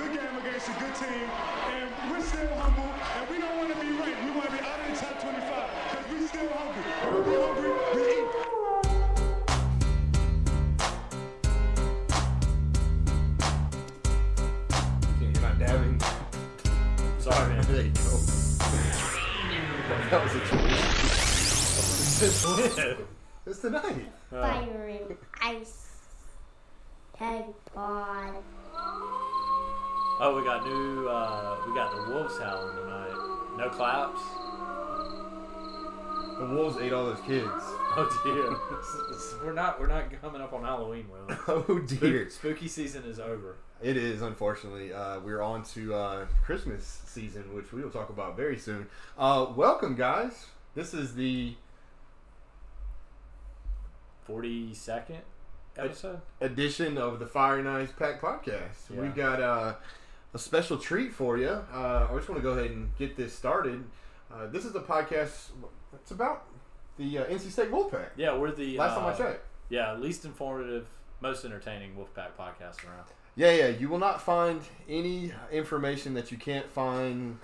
It's a good team, and we're still humble, and we don't want to be ranked. We want to be out of the top 25 because we're still hungry. When we're hungry, we eat. Yeah, you're not dabbing. Sorry, man. There you go. that was a choice. Just live. It's the night. Fire and ice and bond. Oh, we got new. Uh, we got the wolves howling tonight. No claps. The wolves ate all those kids. Oh dear. It's- it's- we're not. We're not coming up on Halloween, really. Oh dear. Spook- Spooky season is over. It is unfortunately. Uh, we're on to uh, Christmas season, which we will talk about very soon. Uh, welcome, guys. This is the Forty second episode. edition of the Fire and Ice Pack podcast. Yeah. We've got uh, a special treat for you. Uh, I just want to go ahead and get this started. Uh, this is a podcast. It's about the uh, NC State Wolfpack. Yeah, we're the Last time I uh, checked. Yeah, least informative, most entertaining Wolfpack podcast around. Yeah, yeah. You will not find any information that you can't find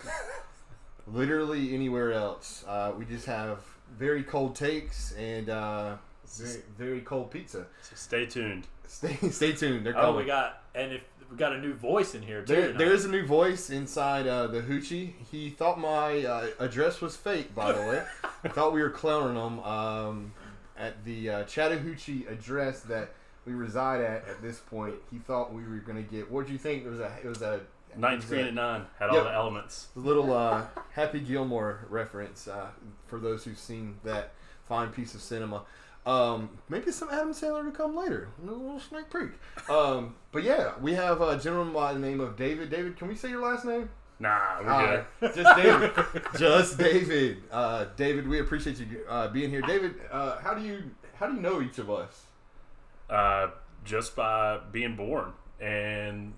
literally anywhere else. Uh, we just have very cold takes and uh, very, very cold pizza. So stay tuned. Stay, stay tuned. They're Oh, coming. we got and if we got a new voice in here too. There, tonight. there is a new voice inside uh, the hoochie. He thought my uh, address was fake, by the way. I thought we were clowning him um, at the uh, Chattahoochee address that we reside at at this point. He thought we were going to get. What do you think? It was a. It was a. Ninth green at it nine had Yep. all the elements. was a little uh, Happy Gilmore reference uh, for those who've seen that fine piece of cinema. Um, maybe some Adam Sandler to come later. A little sneak peek. Um, but yeah, we have a gentleman by the name of David. David, can we say your last name? Nah, we're All good. right. Just David. Just David. Uh, David, we appreciate you uh, being here. David, uh, how do you how do you know each of us? Uh, just by being born and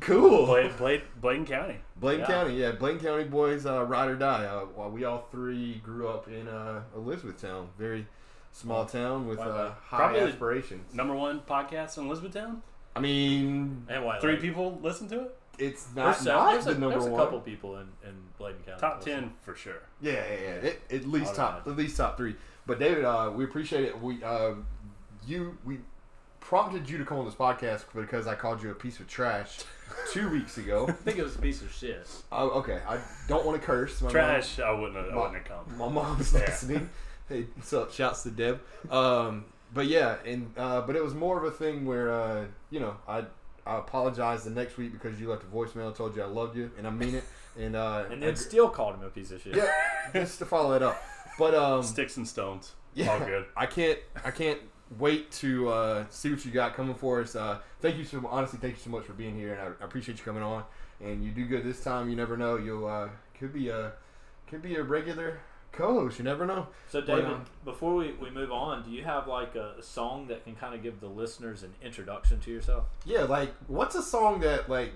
Cool. Blade, Blade, Bladen County. Blaine Yeah. County, yeah, Blaine County boys, uh, ride or die. Uh, well, we all three grew up in uh, Elizabethtown, very small town with Why uh, not? high Probably- aspirations. Number one podcast in Elizabethtown. I mean, and White Three Lake. people listen to it. it's There's, not, some- not there's the a, number there's a one. couple people in in Bladen County. Top Listen. ten for sure. Yeah, yeah, yeah. It, at least All top, right. at least top three. But David, uh, we appreciate it. We, uh, you, we prompted you to come on this podcast because I called you a piece of trash two weeks ago. I think it was a piece of shit. Oh, okay, I don't want to curse. My mom- Trash. I wouldn't. Have, I wouldn't have come. my mom's Yeah. listening. Hey, what's up? Shouts to Deb. Um, but yeah, and uh, but it was more of a thing where uh, you know I I apologized the next week because you left a voicemail, told you I loved you, and I mean it, and uh, And then still called him a piece of shit. yeah, just to follow that up. But um, Sticks and stones. yeah, All good. I can't I can't wait to uh, see what you got coming for us. Uh, thank you so honestly, thank you so much for being here, and I, I appreciate you coming on. And you do good this time. You never know. You'll uh, could be a could be a regular co-host. You never know. So Why David, not? before we, we move on, do you have like a, a song that can kind of give the listeners an introduction to yourself? Yeah, like what's a song that like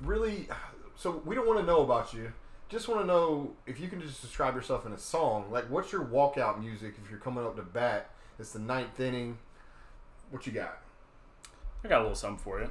really? So we don't want to know about you. Just want to know if you can just describe yourself in a song. Like, what's your walkout music if you're coming up to bat? It's the ninth inning. What you got? I got a little something for you.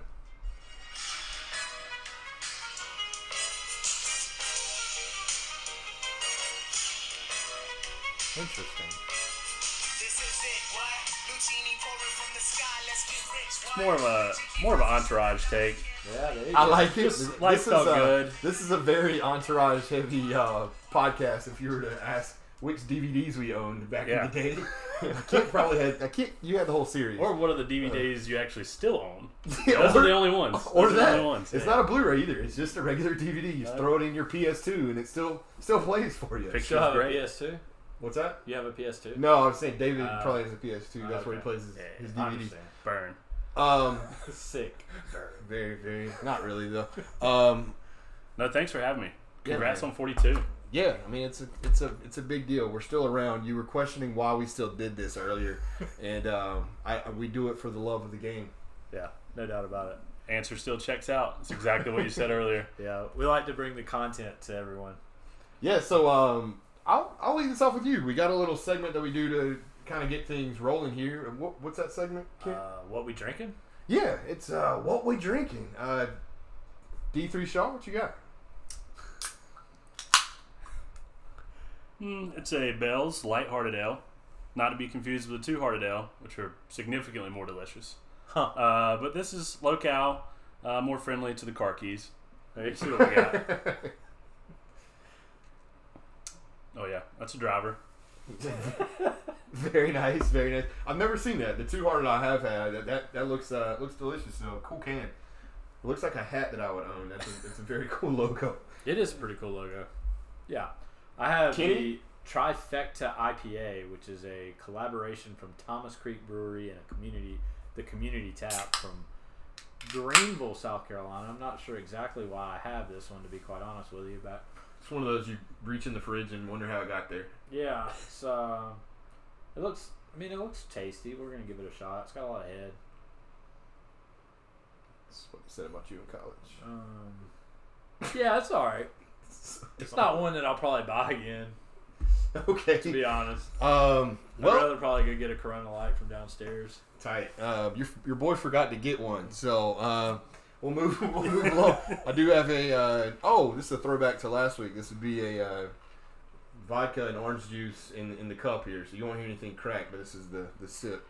Interesting. This is it, what? Lucini pouring from the sky, let's get rich. What? More of a more of an entourage take. Yeah, there you I go. like it. Just This- life this felt is a, good. This is a very entourage heavy uh, podcast. If you were to ask which DVDs we owned back Yeah. in the day, I can't probably had. I can't. You had the whole series. Or what are the DVDs you actually still own? Yeah, Those are or- the only ones. or Those are that. The only ones. It's yeah. Uh, not a Blu-ray either. It's just a regular DVD. You throw it in your PS2 and it still still plays for you. Picture- Do you have Great. a PS2? What's that? You have a PS2? No, I'm saying David Uh, probably has a PS2. That's where okay. he plays his, Yeah, his I DVDs. understand. burn. Um, Sick. very very not really though. Um, No, thanks for having me. Yeah, Congrats man. on 42. Yeah, I mean it's a it's a it's a big deal. We're still around. You were questioning why we still did this earlier, and um, I we do it for the love of the game. Yeah, no doubt about Answer still checks out. It's exactly what you said earlier. it. Yeah, we like to bring the content to everyone. Yeah, so um, I'll I'll leave this off with you. We got a little segment that we do to kind of get things rolling here. And What, what's that segment? Kent? Uh, what we drinking? yeah, it's uh, what we drinking. Uh, D3 Shaw, what you got? Mm, it's a Bell's light-hearted ale, not to be confused with a two-hearted ale, which are significantly more delicious. Huh. Uh, but this is low cal, uh, more friendly to the car keys. There you Let's see go. what we got. oh yeah, that's a driver. very nice, very nice. I've never seen that. The two hearted I have had that that, that looks uh, looks delicious though. Cool can. It looks like a hat that I would own. That's a, that's a very cool logo. It is a pretty cool logo. Yeah. I have Kenny? the Trifecta IPA, which is a collaboration from Thomas Creek Brewery and a community the community tap from Greenville, South Carolina. I'm not sure exactly why I have this one to be quite honest with you, but It's one of those you reach in the fridge and wonder how it got there. yeah, it's uh, it looks I mean it looks tasty. We're gonna give it a shot. It's got a lot of head. That's what they said about you in college. Um, yeah, it's alright. It's not one that I'll probably buy again, to be okay. honest. Um. I'd Well, rather probably go get a Corona Light from downstairs. tight. Uh, your your boy forgot to get one, so uh, we'll move we'll move along. I do have a. Uh, oh, this is a throwback to last week. This would be a. Uh, Vodka and orange juice in in the cup here, so you won't hear anything crack. But this is the the sip.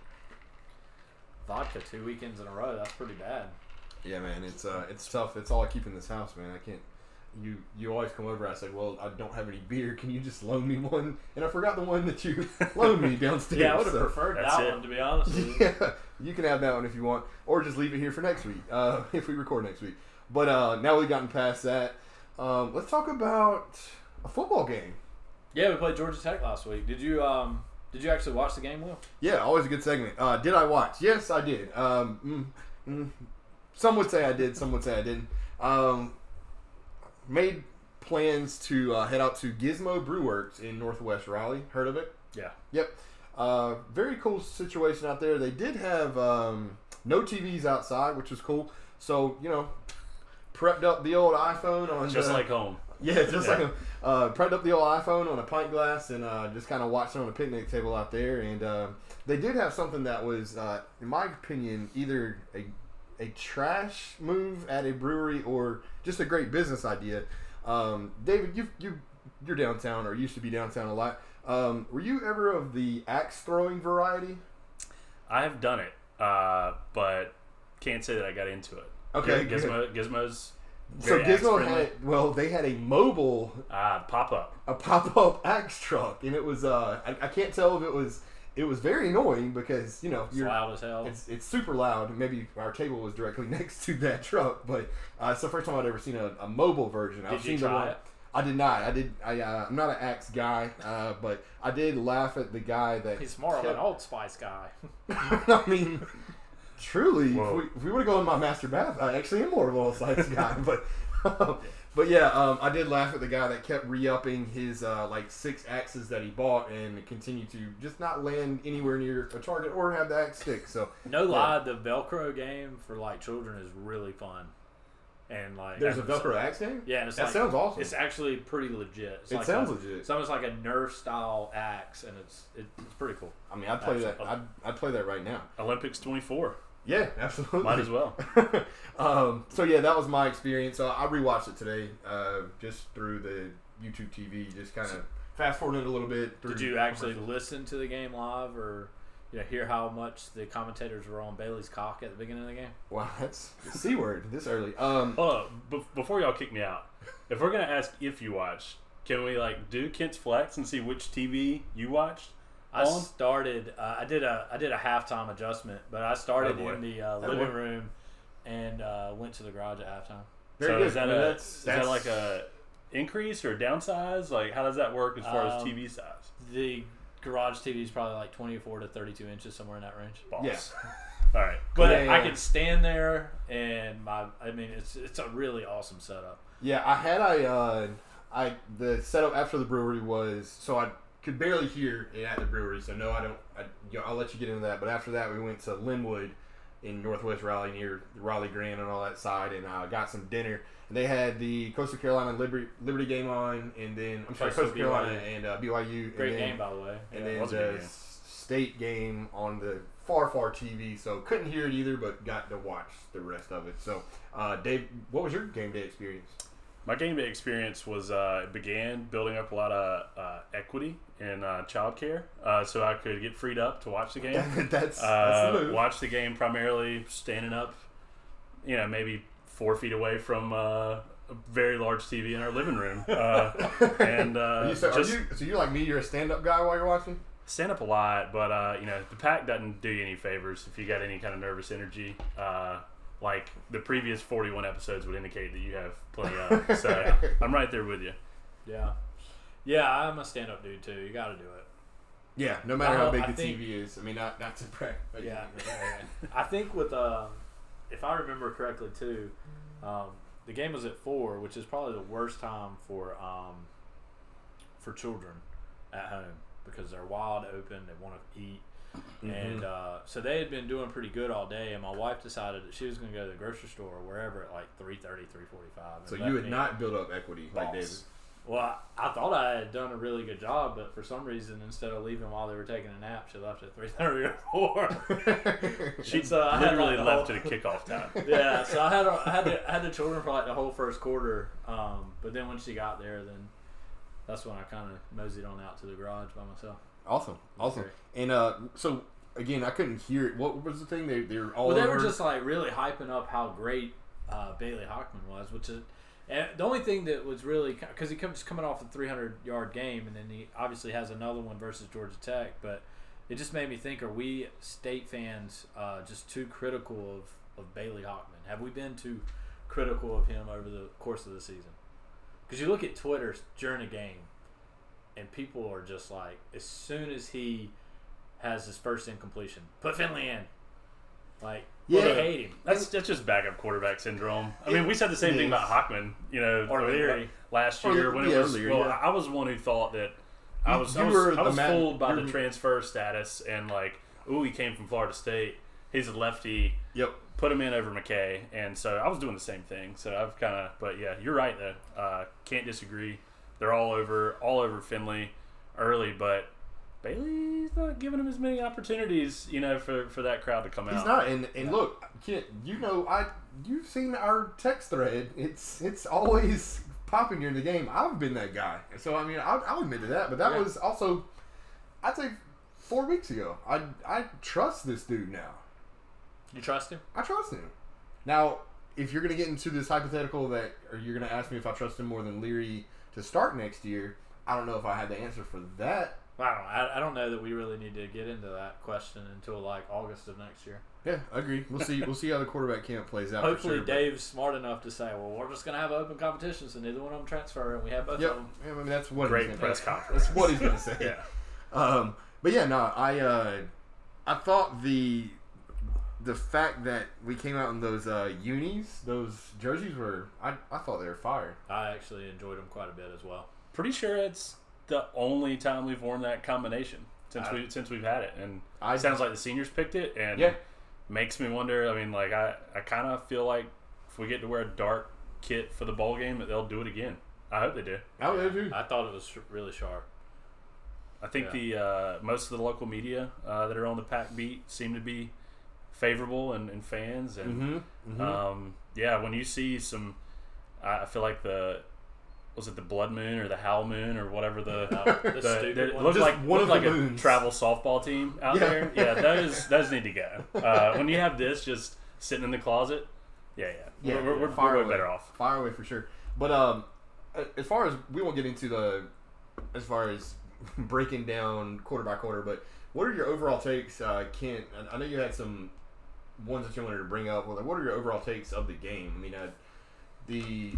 Vodka two weekends in a row. That's pretty bad. Yeah, man, it's uh, it's tough. It's all I keep in this house, man. I can't. You you always come over. I say, well, I don't have any beer. Can you just loan me one? And I forgot the one that you loaned me downstairs. Yeah, I would have so- preferred That's that it. one to be honest. With you. Yeah, you can have that one if you want, or just leave it here for next week uh, if we record next week. But uh, now we've gotten past that. Um, let's talk about a football game. yeah, we played Georgia Tech last week. Did you um did you actually watch the game, Will? Yeah, always a good segment. Uh, did I watch? Yes, I did. Um, mm, mm, some would say I did. Some would say I didn't. Um, made plans to uh, head out to Gizmo Brewworks in Northwest Raleigh. Heard of it? Yeah. Yep. Uh, very cool situation out there. They did have um, no TVs outside, which was cool. So you know, prepped up the old iPhone on Just the- like home. yeah, just Yeah. like uh, prepped up the old iPhone on a pint glass and uh, just kind of watched it on a picnic table out there. And uh, they did have something that was, uh, in my opinion, either a a trash move at a brewery or just a great business idea. Um, David, you you you're downtown or used to be downtown a lot. Um, were you ever of the axe throwing variety? I have done it, uh, but can't say that I got into it. Okay, Giz- Gizmo, Gizmo's So very Gizmo axe-friendly. had well, they had a mobile ah pop up. a pop-up axe truck and it was uh I, I can't tell if it was it was very annoying because you know It's loud as hell. it's, it's super loud maybe our table was directly next to that truck but uh, it's the first time i'd ever seen a, a mobile version i've Did you seen the try one it? i did not i did I, uh, i'm not an axe guy uh, but i did laugh at the guy that He's more of an kept- Old Spice guy. i mean truly if Whoa. we, if we would have gone my master bath i actually am more of a little science guy but but yeah, um, I did laugh at the guy that kept re-upping his uh, like six axes that he bought and continued to just not land anywhere near a target or have the axe stick. So No lie, the Velcro game for like children is really fun. And like there's a Velcro axe game. Yeah, and it's That like, sounds awesome. It's actually pretty legit. It's It like sounds a- legit. It's almost like a Nerf style axe, and it's it, it's pretty cool. I mean, I'd play that. Absolutely. I'd, I'd play that right now. Olympics 24. Yeah, absolutely. Might as well. um, so yeah, that was my experience. Uh, I rewatched it today, uh, just through the YouTube TV, just kind of fast forwarded a little bit. Through Did you actually listen to the game live, or you know hear how much the commentators were on Bailey's cock at the beginning of the game? Wow, that's c word this early. Um, Hold up, be- before y'all kick me out, if we're gonna ask if you watch, can we like do Kent's flex and see which TV you watched? I on? started. Uh, I did a I did a halftime adjustment, but I started Oh, boy. in the uh, boy. living room and uh, went to the garage at halftime. very so good. is that I mean, a that's- is that's- that like a increase or a downsize? Like how does that work as far as Um, TV size? The garage TV is probably like twenty four to thirty two inches, somewhere in that range. Boss. yeah. All right. But Yeah, I yeah. could stand there, and my I mean it's it's a really awesome setup. Yeah, I had a, uh, I the setup after the brewery was so I could barely hear it at the brewery. So no, I don't. I, you know, I'll let you get into that. But after that, we went to Linwood in Northwest Raleigh near Raleigh Grand and all that side, and uh, got some dinner. And they had the Coastal Carolina Liberty, Liberty game on, and then I'm sorry, Coastal Coastal Carolina BYU. and uh, BYU. Great and then, game by the way. And Yeah. then was a the good game. S- State game on the far far TV, so couldn't hear it either, but got to watch the rest of it. So, uh, Dave, what was your game day experience? My game day experience was uh, it began building up a lot of uh, equity in uh, childcare, uh, so I could get freed up to watch the game. that's that's the uh, move. watch the game primarily standing up, you know, maybe four feet away from uh, a very large TV in our living room, uh, and uh, Are you- so, are just you, so you're like me. You're a stand up guy while you're watching. stand up a lot. But uh, you know, the pack doesn't do you any favors if you got any kind of nervous energy. Uh, like the previous forty-one episodes would indicate that you have plenty of. So I'm right there with you. Yeah. Yeah, I'm a stand up dude too. You got to do it. Yeah, no matter how Uh, big I the think- TV is. I mean, not not to brag. but- Yeah. I think with, um, if I remember correctly too, um, the game was at four, which is probably the worst time for um, for children at home because they're wide open. They want to eat. Mm-hmm. And uh, so they had been doing pretty good all day, and my wife decided that she was going to go to the grocery store or wherever at like 3.30, 3.45. and So left you had me- not built up equity like David. Boss. Well, I, I thought I had done a really good job, but for some reason, instead of leaving while they were taking a nap, she left at three thirty or four. She So I had, literally like, the left whole- at a kickoff time. yeah, so I had a, I had the, I had the children for like the whole first quarter, um, but then when she got there, then that's when I kind of moseyed on out to the garage by myself. Awesome, awesome. Great. And uh, so again, I couldn't hear it. What was the thing? They they were all Well, they over. were just like really hyping up how great uh, Bailey Hockman was, which is and the only thing that was really because he comes coming off a 300 yard game, and then he obviously has another one versus Georgia Tech. But it just made me think: Are we state fans uh, just too critical of of Bailey Hockman? Have we been too critical of him over the course of the season? Because you look at Twitter during a game, and people are just like, as soon as he has his first incompletion, put Finley in. Like, yeah. they Yeah. hate him. That's that's just backup quarterback syndrome. I mean, we said the same It thing is. about Hockman, you know, Or I mean, Leary. last Or year Le- when it yeah, was. Leary, well, yeah. I was one who thought that I was I you was, were I the was man- fooled by the you're- transfer status and like, ooh, he came from Florida State. He's a lefty. yep. Put him in over McKay, and so I was doing the same thing. So I've kind of, but yeah, you're right though. Uh, can't disagree. They're all over, all over Finley early, but Bailey's not giving him as many opportunities, you know, for, for that crowd to come out. He's not. And and look, Kent, you know I you've seen our text thread. It's it's always popping during the game. I've been that guy. So I mean, I'll, I'll admit to that. But that Yeah. was also, I'd say, four weeks ago. I I trust this dude now. You trust him? I trust him. Now, if you're going to get into this hypothetical that, or you're going to ask me if I trust him more than Leary to start next year, I don't know if I had the answer for that. I don't know. I, I don't know that we really need to get into that question until like August of next year. Yeah, I agree. We'll see. We'll see how the quarterback camp plays out. for Hopefully, sure, but- Dave's smart enough to say, "Well, we're just going to have open competitions, and neither one of them transfer, and we have both Yep. of them." Yeah, I mean, that's what Great he's gonna, press that's- conference. That's what he's going to say. Yeah. Um, but yeah, no, I uh, I thought the the fact that we came out in those uh, unis, those jerseys were I, I thought they were fire. I actually enjoyed them quite a bit as well. Pretty sure it's the only time we've worn that combination since I- we since we've had it, and I- it sounds like the seniors picked it, and Yeah. makes me wonder. I mean, like I, I kind of feel like if we get to wear a dark kit for the bowl game, that they'll do it again. I hope they do. Oh, they do. I thought it was really sharp. I think Yeah. the uh, most of the local media uh, that are on the pack beat seem to be favorable and, and fans and Mm-hmm. Um, yeah when you see some I I feel like the was it the blood moon or the howl moon or whatever the, the the- stupid the- it one. looked Just like one looked of like the a moons. travel softball team out Yeah. there yeah those those need to go uh, when you have this just sitting in the closet yeah yeah, Yeah, we're, we're, fire we're way away. better off Fire away for sure. But um, a- as far as we won't get into the as far as breaking down quarter by quarter, but what are your overall takes, uh, Kent? I, I know you had some ones that you wanted to bring up. Well, like, what are your overall takes of the game? I mean, uh, the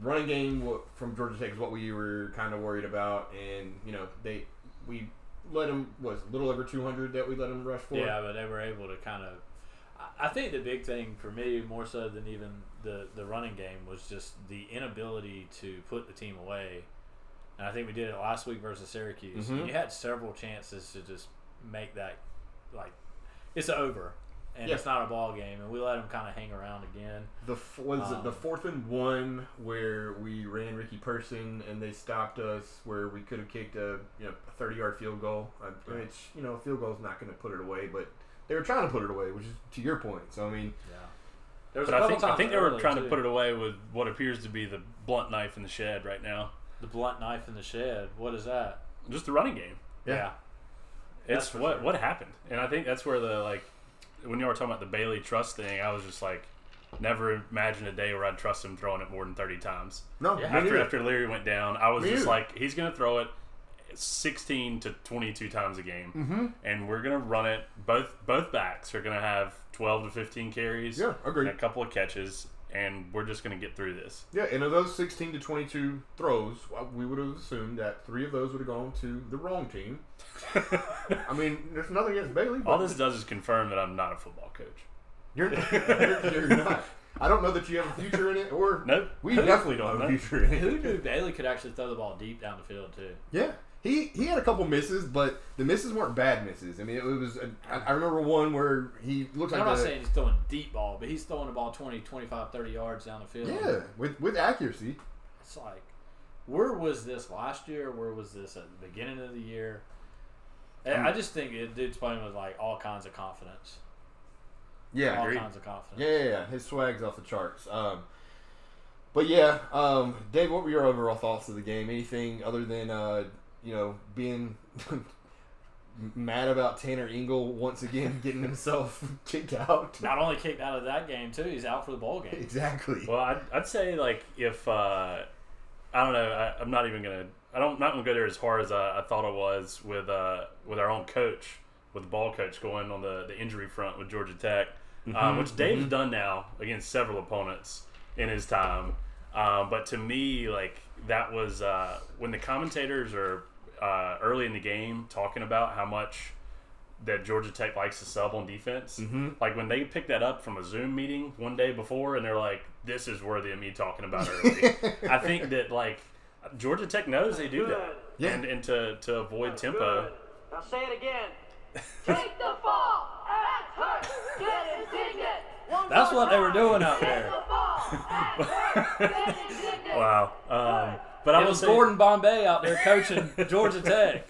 running game wa- from Georgia Tech is what we were kind of worried about, and you know they we let them was a little over 200 that we let them rush for. Yeah, but they were able to kind of. I- I think the big thing for me, more so than even the the running game, was just the inability to put the team away. And I think we did it last week versus Mm-hmm. Syracuse. Mhm. You had several chances to just make that like it's over. and Yeah. it's not a ball game, and we let them kind of hang around again. The f- was it the Um, fourth and one where we ran Ricky Person and they stopped us where we could have kicked a you know thirty yard field goal, uh, Yeah. which you know field goal's not going to put it away, but they were trying to put it away, which is to your point. So I mean, Yeah, there was But a I couple think, times I think they were early, trying too. to put it away with what appears to be the blunt knife in the shed right now. the blunt knife in the shed. What is that? Just the running game. Yeah. That's It's for what sure. what happened, and I think that's where the like when you were talking about the Bailey trust thing, I was just like, never imagined a day where I'd trust him throwing it more than thirty times. no, Yeah. me after neither. after Leary went down, I was Me just neither. like, he's gonna throw it sixteen to twenty two times a game, Mm-hmm. and we're gonna run it. Both both backs are gonna have twelve to fifteen carries, Yeah, agreed. and a couple of catches, and we're just gonna get through this. yeah, and of those sixteen to twenty two throws, uh, we would have assumed that three of those would have gone to the wrong team. I mean, there's nothing against Bailey. But All this does is confirm that I'm not a football coach. You're, you're, you're not. I don't know that you have a future in it, or Nope. we definitely don't have Nope. a future in Who it. knew Bailey could actually throw the ball deep down the field too? Yeah, he he had a couple misses, but the misses weren't bad misses. I mean, it was. A, I, I remember one where he looked like I'm not a, saying he's throwing deep ball, but he's throwing the ball 20, 25, 30 yards down the field. yeah with with accuracy. It's like, where was this last year? Where was this at the beginning of the year? And Um, I just think it, dude's playing with like all kinds of confidence. Yeah, All agreed. kinds of confidence. Yeah, yeah, yeah. His swag's off the charts. Um, but yeah, um, Dave, what were your overall thoughts of the game? Anything other than uh, you know being mad about Tanner Engel once again getting himself kicked out? Not only kicked out of that game too, he's out for the bowl game. Exactly. Well, I'd, I'd say like if uh, I don't know, I, I'm not even gonna. I don't not gonna go there as hard as I, I thought I was with uh, with our own coach, with the ball coach going on the, the injury front with Georgia Tech, um, which Dave's done now against several opponents in his time. Um, but to me, like that was uh, when the commentators are uh, early in the game talking about how much that Georgia Tech likes to sub on defense. Mm-hmm. Like when they picked that up from a Zoom meeting one day before, and they're like, "This is worthy of me talking about early." I think that like Georgia Tech knows they do that, Yeah. and and to to avoid tempo. Now say it again. Take the ball and hurt. Get indignant. One That's more what they were time. doing out Take there. the ball and hurt. Get indignant. Wow. Um, but I It will was say, Gordon Bombay out there coaching Georgia Tech.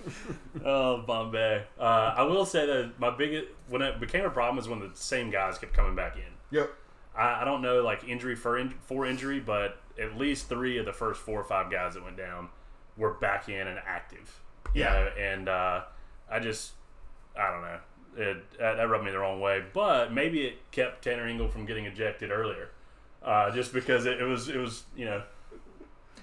Oh, Bombay. Uh, I will say that my biggest when it became a problem is when the same guys kept coming back in. Yep. I, I don't know like injury for in, for injury, but at least three of the first four or five guys that went down were back in and active. you Yeah. know, and uh, I just I don't know. It, that that rubbed me the wrong way, but maybe it kept Tanner Engel from getting ejected earlier, uh, just because it, it was it was you know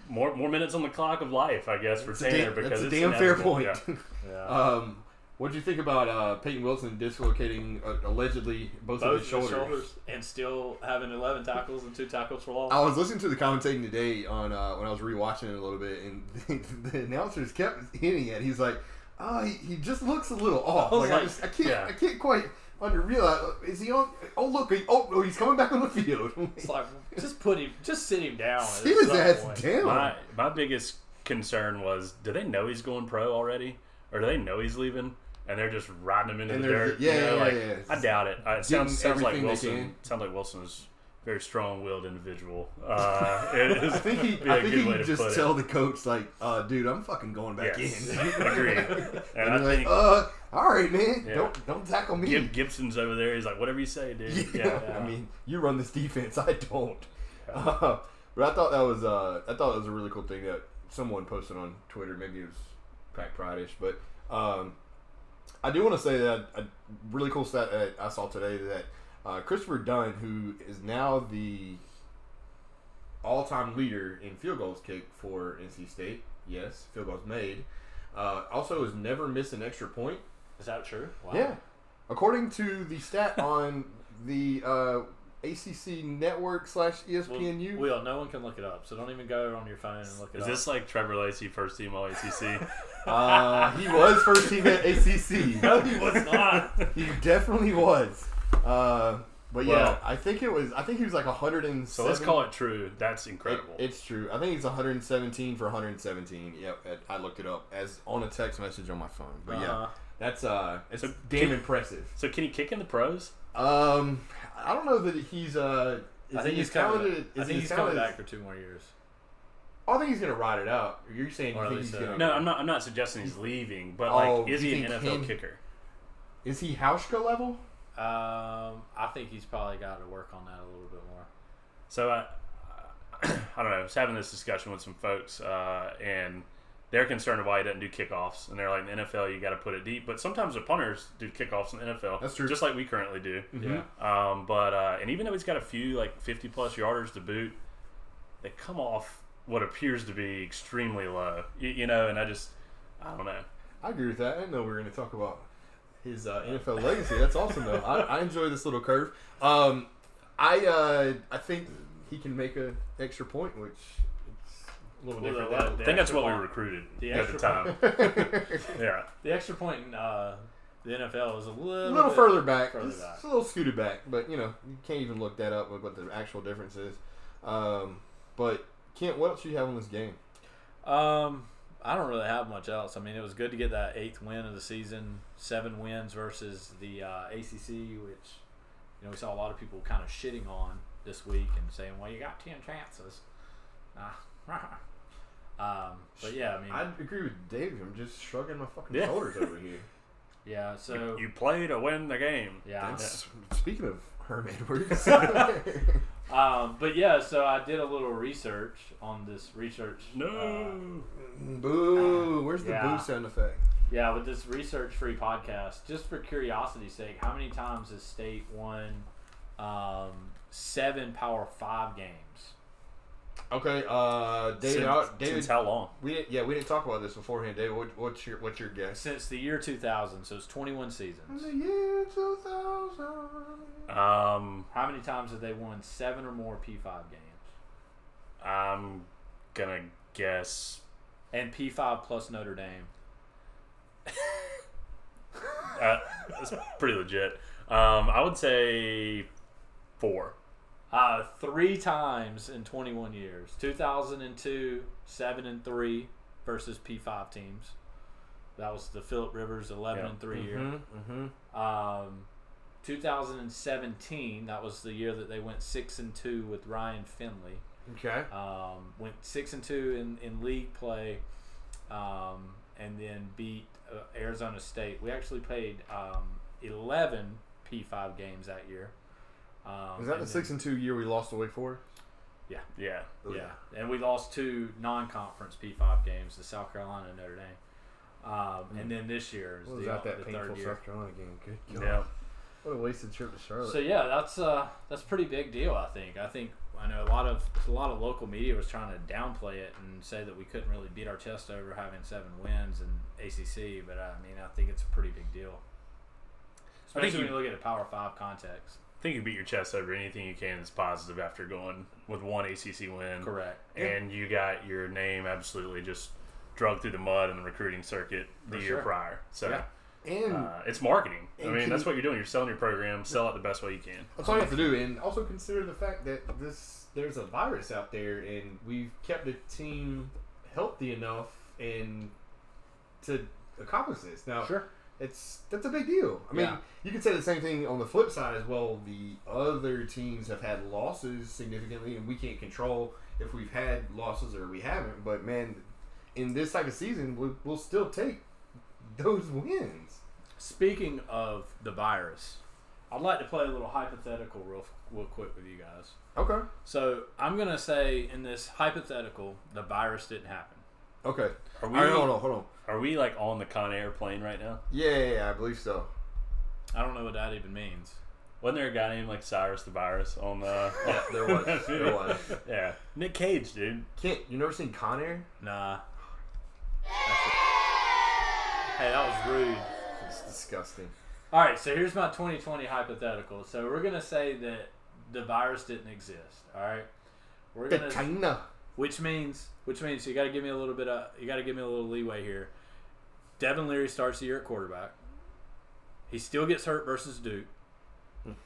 more more minutes on the clock of life, I guess, for Damn- Tanner. because that's a it's damn fair inevitable. point. Yeah. um, what do you think about uh, Peyton Wilson dislocating uh, allegedly both, of Both his shoulders? and still having 11 tackles and two tackles for loss. I was listening to the commentating today on uh, when I was rewatching it a little bit, and the, announcers kept hitting it. He's like, "Oh, he, he just looks a little off. I was like, I, like, just, I can't, yeah. I can't quite under realize. Is he on? Oh, look, he, oh, oh, he's coming back on the field. It's like just put him, just sit him down. at Sit his some ass point. down. My my biggest concern was, do they know he's going pro already, or do they know he's leaving, and they're just riding him into And the they're- dirt? yeah, you know, yeah, like, yeah, yeah. I doubt it. Uh, it Getting sounds sounds like everything they Wilson. can. Sounds like Wilson is a very strong-willed individual. Uh, it is, I think he, be a I think good he way could to just put tell It. the coach like, uh, "Dude, I'm fucking going back Yes, in." agree. And And I you're like, think uh, all right, man, Yeah. don't don't tackle me. Gib- Gibson's over there. He's like, whatever you say, dude. yeah, Yeah, I mean, you run this defense, I don't. Uh, but I thought that was uh, I thought that was a really cool thing that someone posted on Twitter. Maybe it was Pack Pride-ish, but um, I do want to say that a really cool stat that I saw today that uh, Christopher Dunn, who is now the all-time leader in field goals kicked for NC State, yes, field goals made, uh, also has never missed an extra point Is that true? Wow. yeah. According to the stat on the uh, ACC network slash E Well, ESPNU. Will, no one can look it up, so don't even go on your phone and look it Is up. this like Trevor Lacey first team All ACC? uh, he was first team at ACC. no, he was not. He definitely was. Uh, but yeah, Well- I think it was. I think he was like 107. So let's call it true. That's incredible. it's true. I think he's 117 for 117. Yep, I I looked it up as on a text message on my phone. But yeah, Uh-huh. That's uh, it's So damn can- impressive. So can he kick in the pros? Um, I don't know that he's uh. Is I think he he's as coming. talented- I is he think as he's coming talented as- back for two more years. I think he's gonna ride it out. You're saying Or you at think least, he's uh, gonna? No, I'm not. I'm not suggesting he's leaving, but Oh, like, is you he an think NFL him? kicker? Is he Hauschka level? Um, I think he's probably got to work on that a little bit more. So I, I don't know. I was having this discussion with some folks, uh, and they're concerned why he doesn't do kickoffs, and they're like, in the NFL, you got to put it deep. But sometimes the punters do kickoffs in the NFL. That's true. Mm-hmm. Just like we currently do. Yeah. Um, but uh, and even though he's got a few like 50 plus yarders to boot, they come off what appears to be extremely low. You, you know, and I just, I don't know. I agree with that. I didn't know we were going to talk about his uh, NFL legacy. That's awesome, though. I, I enjoy this little curve. Um, I uh, I think he can make an extra point, which it's a little Well, different. the than- left- I think that's extra what we point- recruited the at the extra time. yeah. The extra point in uh, the NFL is a little a little bit further back. Further It's- back. It's a little scooted back, but you know you can't even look that up with what the actual difference is. Um, but Kent, what else do you have on this game? Um, I don't really have much else. I mean, it was good to get that eighth win of the season, seven wins versus the uh, ACC, which you know we saw a lot of people kind of shitting on this week and saying, "Well, you got ten chances." Ah, um, but yeah, I mean, I agree with Dave. I'm just shrugging my fucking Yeah. shoulders over here. yeah. So You play to win the game. yeah, That's- Speaking of Herm Edwards, um, but yeah. So I did a little research on this research. uh, No. boo! Where's the Yeah. boo sound effect? Yeah, with this research free podcast, just for curiosity's sake, how many times has State won um, seven Power Five games? Okay, uh, David. since, I- David since how long? we didn't, yeah, we didn't talk about this beforehand. David, what, what's your what's your guess? Since the year 2000, so it's 21 seasons. year two thousand. Um, How many times have they won seven or more P5 games? I'm gonna guess. And P5 plus Notre Dame. Uh, that's pretty legit. Um, I would say four. Uh, three times in 21 years 2002, 7 and 3 versus P5 teams. That was the Philip Rivers 11 Yeah. and 3 year. Mm-hmm. Um, 2017, that was the year that they went six and two with Ryan Finley. Okay. Um, went six and two in, in league play, um, and then beat uh, Arizona State. We actually played um, 11 P5 games that year. Um, Is that and the then- six and two year we lost away for? Yeah. Yeah, and we lost two non-conference P5 games to South Carolina and Notre Dame. Um, And then this year is Hmm. What was the, that that the painful third year. South Carolina game? Good God. Yeah. What a wasted trip to Charlotte. So yeah, that's uh that's a pretty big deal. I think. I think I know a lot of a lot of local media was trying to downplay it and say that we couldn't really beat our chest over having seven wins in ACC, but I mean I think it's a pretty big deal. I Especially think when you you look at a Power Five context. I think you beat your chest over anything you can that's positive after going with one ACC win. Correct. And you got your name absolutely just drugged through the mud in the recruiting circuit the For year sure. prior. So. Yeah. and Uh, it's marketing. I And mean, can that's you- what you're doing. You're selling your program. Sell it the best way you can. That's all you have to do, and also consider the fact that this there's a virus out there, and we've kept the team healthy enough and to accomplish this. Now, Sure. it's that's a big deal. I mean, Yeah. you can say the same thing on the flip side as well. The other teams have had losses significantly, and we can't control if we've had losses or we haven't. But man, in this type of season, we, we'll still take those wins. Speaking of the virus, I'd like to play a little hypothetical real real quick with you guys. Okay. So I'm gonna say in this hypothetical, the virus didn't happen. Okay. Are we? All right, hold on, hold on. Are we like on the Con Air plane right now? Yeah, yeah, yeah I believe so. I don't know what that even means. Wasn't there a guy named like Cyrus the Virus on the? Yeah, there was. There was. yeah, Nick Cage, dude. Kent, you never seen Con Air? Nah. Hey, that was rude. It's disgusting. All right, so here's my 2020 hypothetical. So we're gonna say that the virus didn't exist. All right, we're The gonna, China. which means, which means you got to give me a little bit of, you got to give me a little leeway here. Devin Leary starts the year at quarterback. He still gets hurt versus Duke,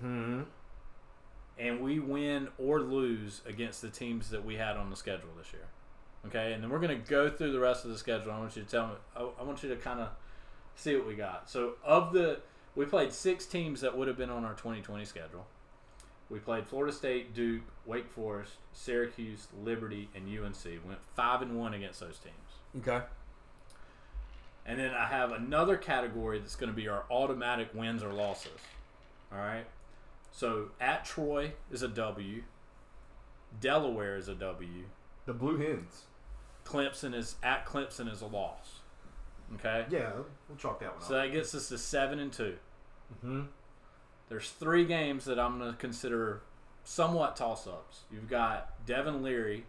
Hmm. and we win or lose against the teams that we had on the schedule this year. Okay, and then we're gonna go through the rest of the schedule. I want you to tell me. I, I want you to kind of see what we got. So of the we played six teams that would have been on our 2020 schedule. We played Florida State, Duke, Wake Forest, Syracuse, Liberty, and UNC. Went five and one against those teams. Okay. And then I have another category that's going to be our automatic wins or losses. All right. So at Troy is a W. Delaware is a W. The Blue Hens. Clemson is at Clemson is a loss. Okay. Yeah, we'll chalk that one So that gets us to seven and 2 Mm-hmm. There's three games that I'm going to consider somewhat toss-ups. You've got Devin Leary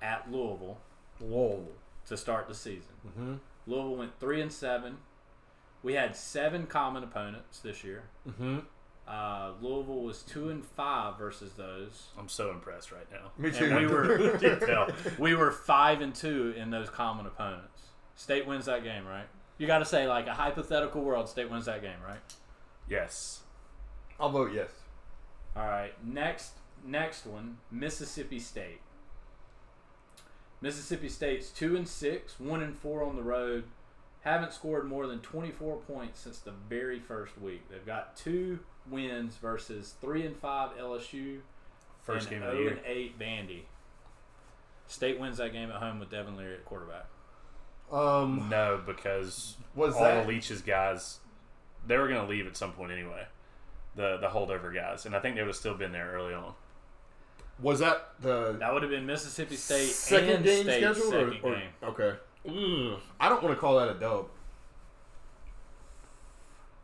at Louisville Whoa. to start the season. Mm-hmm. Louisville went three and seven. We had seven common opponents this year. Mm-hmm. Uh, Louisville was two and five versus those. I'm so impressed right now. Me too. And we were You can tell. we were five and two in those common opponents. State wins that game, right? You got to say like a hypothetical world. State wins that game, right? Yes. I'll vote yes. All right. Next next one, Mississippi State. Mississippi State's 2 and 6, 1 and 4 on the road. Haven't scored more than 24 points since the very first week. They've got two wins versus 3 and 5 LSU First and game of the 0 year. and 8 Vandy. State wins that game at home with Devin Leary at quarterback. Um, No, because Was all that- the Leach's guys, they were going to leave at some point anyway. The the holdover guys, and I think they would have still been there early on. was that the That would have been Mississippi State second and game State's scheduled? or- second or, game. Okay. I don't want to call that a dub.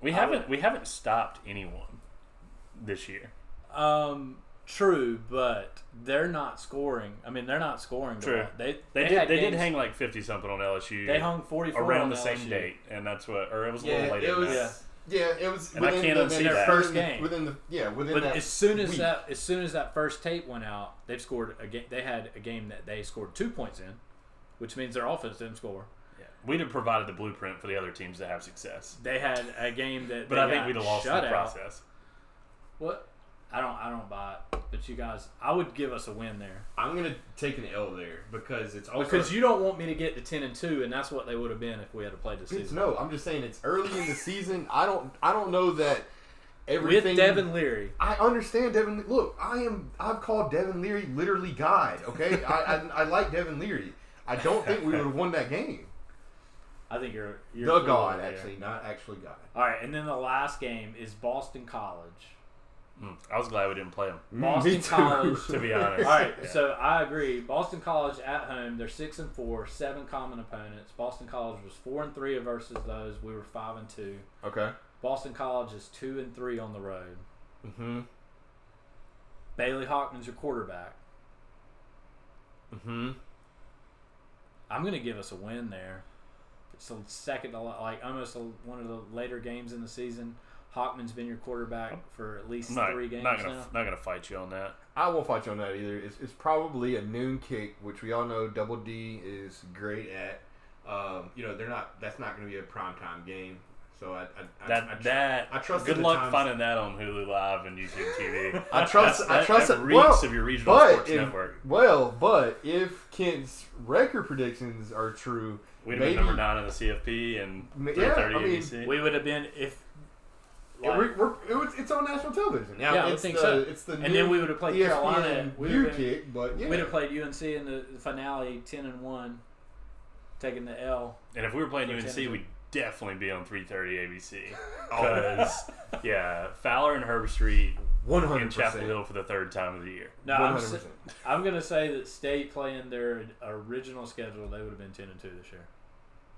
We haven't we haven't stopped anyone this year. Um, true, but they're not scoring. I mean, they're not scoring. the True. ball. They They, did had they did games- hang like fifty something on LSU. They hung 44 on around the same LSU. date, and that's what, or it was a Yeah, little later. it than was. that. Yeah. Yeah. it was. And I can't unsee the- within that. the- First game. Within the yeah, within But that. as soon as week. that, as soon as that first tape went out, they've scored a game. They had a game that they scored two points in, which means their offense didn't score. Yeah. We'd have provided the blueprint for the other teams to have success, They had a game that. but they I think got we'd have lost in shut the out. process. What? I don't. I don't buy it. But you guys, I would give us a win there I'm gonna take an L there because it's also because you don't want me to get to ten and two, and that's what they would have been if we had played this It's- season. no, I'm just saying it's early in the season. I don't. I don't know that With everything. Devin Leary, I understand Devin. Look, I am. I've called Devin Leary literally God. Okay, I, I I like Devin Leary. I don't think we would have won that game. I think you're, you're The full God, there. actually, not actually God. All right, and then the last game is Boston College. Mm, I was glad we didn't play them. Boston me too. College. To be honest, All right, Yeah. so I agree. Boston College at home, they're six and four, seven common opponents. Boston College was four and three versus those. We were five and two. Okay. Boston College is two and three on the road. Mm-hmm. Bailey Hawkman's your quarterback. Mm-hmm. I'm gonna give us a win there. It's the second, to la- like almost a, one of the later games in the season. Hawkman's been your Oh. quarterback for at least I'm not, three games not gonna now. not gonna fight you on that. I won't fight you on that either. It's, it's probably a noon kick, which we all know Double D is great at. um, you know they're not. That's not gonna be a prime time game. So I, I, I, That I, that I trust Good the luck times- finding that on Hulu Live and YouTube TV. I That's- trust. I that- trust that it. reeks well, of your regional but sports if- network. Well, but if Kent's record predictions are true, We'd have maybe, been number nine in the CFP and Ma- yeah, three thirty I mean, ABC. We would have been if. Yeah, we're, we're, it was- it's on national television. Now, Yeah, I would it's think the, so. It's the E And then we would have played Carolina. We You would've been- kick, but yeah. We'd have played UNC in the the finale, ten and one, taking the L. and if we were playing For UNC, Tennessee. we'd definitely be on three thirty ABC. Because yeah, Fowler and Herb Street one in Oh. hundred Chapel percent. Hill for the third time of the year. No, One I'm, hundred s- percent. I'm gonna say that State playing their original schedule, they would have been ten and two this year,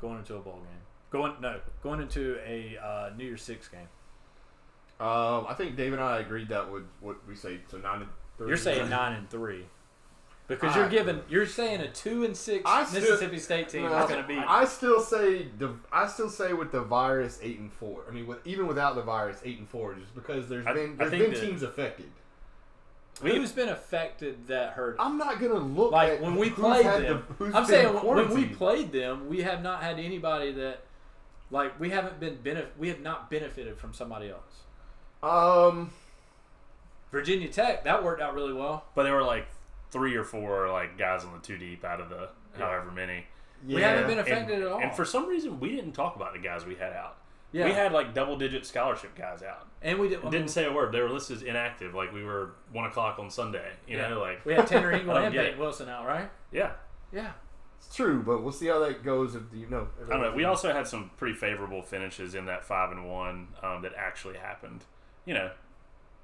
going into a bowl game. Going no, going into a uh, New Year's Six game. Um, I think Dave and I agreed that would what we say. So nine and three. You're saying nine and three, because you're I- giving you're saying a two and six I still- Mississippi State team No, is gonna be. I still say the I still say with the virus eight and four. I mean, with, even without the virus eight and four, just because there's I- I been there's think been that- teams affected. who's been affected that hurt? I'm not gonna look Like at when we who's played had them, the- who's I'm been saying when we quarantined. played them, we have not had anybody that, like, we haven't been benef- we have not benefited from somebody else. Um, Virginia Tech that worked out really well. But there were like three or four like guys on the two deep out of the however many. We Yeah. haven't been And- affected at all. And for some reason, we didn't talk about the guys we had out. yeah. We had like double digit scholarship guys out. and we did, I Didn't mean, say a word. They were listed as inactive. Like we were one o'clock on Sunday. You Yeah. know, like we had Tanner Engel I don't and get Peyton it. Wilson out, right? yeah. Yeah. It's true, but we'll see how that goes. If you know, I don't know. We also had some pretty favorable finishes in that five and one um, that actually happened. You know,